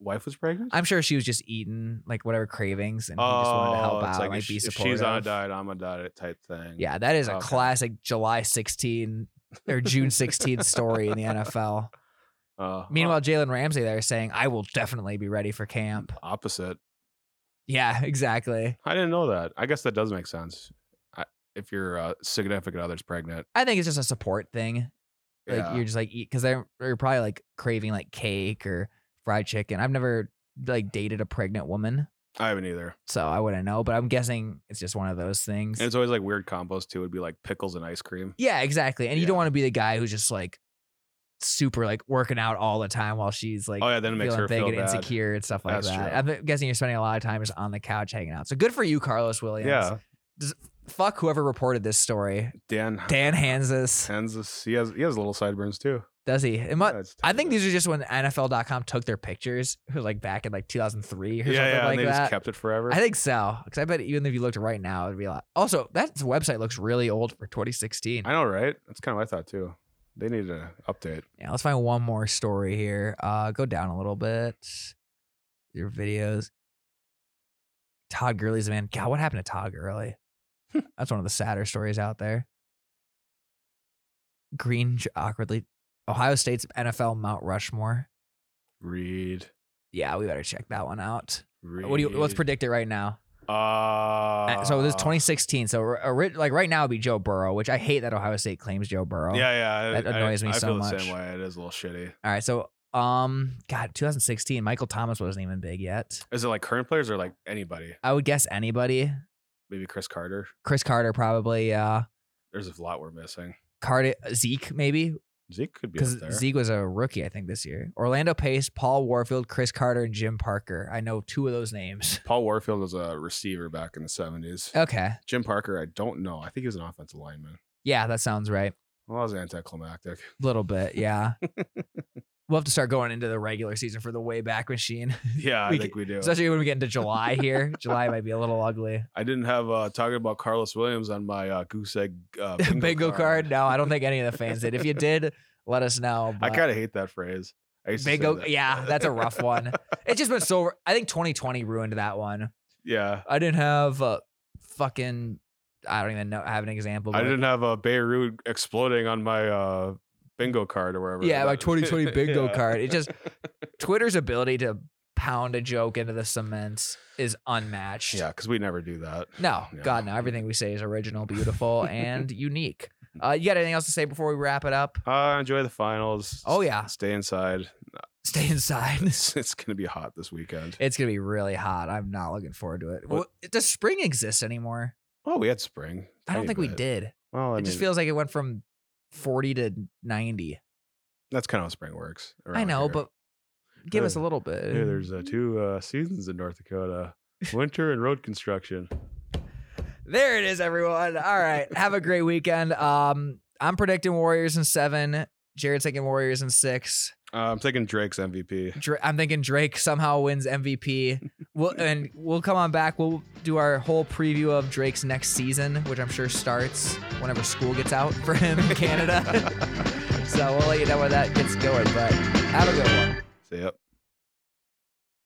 wife was pregnant.
I'm sure she was just eating like whatever cravings, and he just wanted to help
Oh, it's
out, like,
if
be
she- if
supportive.
she's on a diet, I'm on a diet type thing.
Yeah, that is a
Okay.
classic July 16 or June 16 story in the NFL.
Uh,
Meanwhile, Jalen Ramsey there is saying, "I will definitely be ready for camp."
uh, opposite.
Yeah, exactly.
I didn't know that. I guess that does make sense. I, if your uh, significant other's pregnant,
I think it's just a support thing. Like
yeah.
you're just like eat because they're, they're probably like craving like cake or fried chicken. I've never like dated a pregnant woman,
I haven't either.
so I wouldn't know. But I'm guessing it's just one of those things.
And it's always like weird combos too. It'd be like pickles and ice cream.
Yeah, exactly. And you don't
Yeah.
want to be the guy who's just like super like working out all the time while she's like
oh yeah, then it makes
feeling
her
big
feel
and
bad.
insecure and stuff like
That's
that. I'm guessing you're spending a lot of time just on the couch hanging out. So good for you, Carlos Williams.
Yeah,
Fuck whoever reported this story.
Dan
Dan Hansis.
Hansis. He has he has little sideburns too.
Does he? It mu-
Yeah, it's
I think
tiny.
these are just when NFL.com took their pictures, like back in like 2003 or
Yeah,
something
yeah.
like
and they
that.
just kept it forever.
I think so, because I bet even if you looked right now, it'd be a lot. Also, that website looks really old for 2016.
I know, right? That's kind of what I thought too. They need an update.
Yeah, let's find one more story here. Uh, go down a little bit. Your videos. Todd Gurley's the man. God, what happened to Todd Gurley? That's one of the sadder stories out there. Green j- awkwardly. Ohio State's NFL Mount Rushmore.
Read.
Yeah, we better check that one out.
Read.
What do you? Let's predict it right now.
Uh,
Uh, so this is 2016. So ri- ri- like right now, it'd be Joe Burrow, which I hate that Ohio State claims Joe Burrow.
Yeah, yeah. I-
That annoys
I,
me
I
so
feel the
much.
same way. It is a little shitty.
All right. So um, God, 2016. Michael Thomas wasn't even big yet.
Is it like current players or like anybody?
I would guess anybody.
Maybe Chris Carter.
Chris Carter probably. Uh,
There's a lot we're missing.
Carter Zeke maybe
Zeke could be up
because
there.
Zeke was a rookie I think this year. Orlando Pace, Paul Warfield, Chris Carter, and Jim Parker. I know two of those names.
Paul Warfield was a receiver back in the 70s.
Okay,
Jim Parker, I don't know. I think he was an offensive lineman.
yeah, that sounds right.
Well, that was anticlimactic.
A little bit, yeah. we'll have to start going into the regular season for the way back machine,
Yeah, I
We
think we do.
especially when we get into July here. July might be a little ugly.
I didn't have uh, talking about Carlos Williams on my uh, goose egg uh,
Bingo,
bingo,
card. No, I don't think any of the fans did. If you did, let us know.
I
but-
kind of hate that phrase. I used to say
Bingo.
that.
Yeah, that's a rough one. It's just been so. I think 2020 ruined that one.
yeah.
I didn't have uh, fucking I don't even know have an example.
I
but-
didn't have a Beirut exploding on my uh, bingo card or wherever.
Yeah,
that
like
is.
2020 big go
Yeah.
card. It just Twitter's ability to pound a joke into the cement is unmatched.
Yeah, because we never do that.
No,
Yeah.
God, no. Everything we say is original, beautiful, and unique. Uh, you got anything else to say before we wrap it up?
Uh, enjoy the finals.
Oh
S-
yeah,
Stay inside.
stay inside.
It's, it's gonna be hot this weekend.
It's gonna be really hot. I'm not looking forward to it.
What-
Well, does spring exist anymore?
Oh, we had spring.
I don't
Tiny
think we
bit.
did.
Well, I
it just
mean,
feels like it went from 40 to 90.
that's kind of how spring works.
I
around
know,
here.
but give us a
Uh,
little bit.
Yeah, there's uh, two uh, seasons in North Dakota: winter and road construction.
There it is, everyone. All right. Have a great weekend. Um, I'm predicting Warriors in seven. Jared's taking Warriors in six.
Uh, I'm taking Drake's MVP.
Dra- I'm thinking Drake somehow wins MVP. We'll, and we'll come on back. We'll do our whole preview of Drake's next season, which I'm sure starts whenever school gets out for him in Canada. so we'll let you know where that gets going. But have a good one.
So, yep.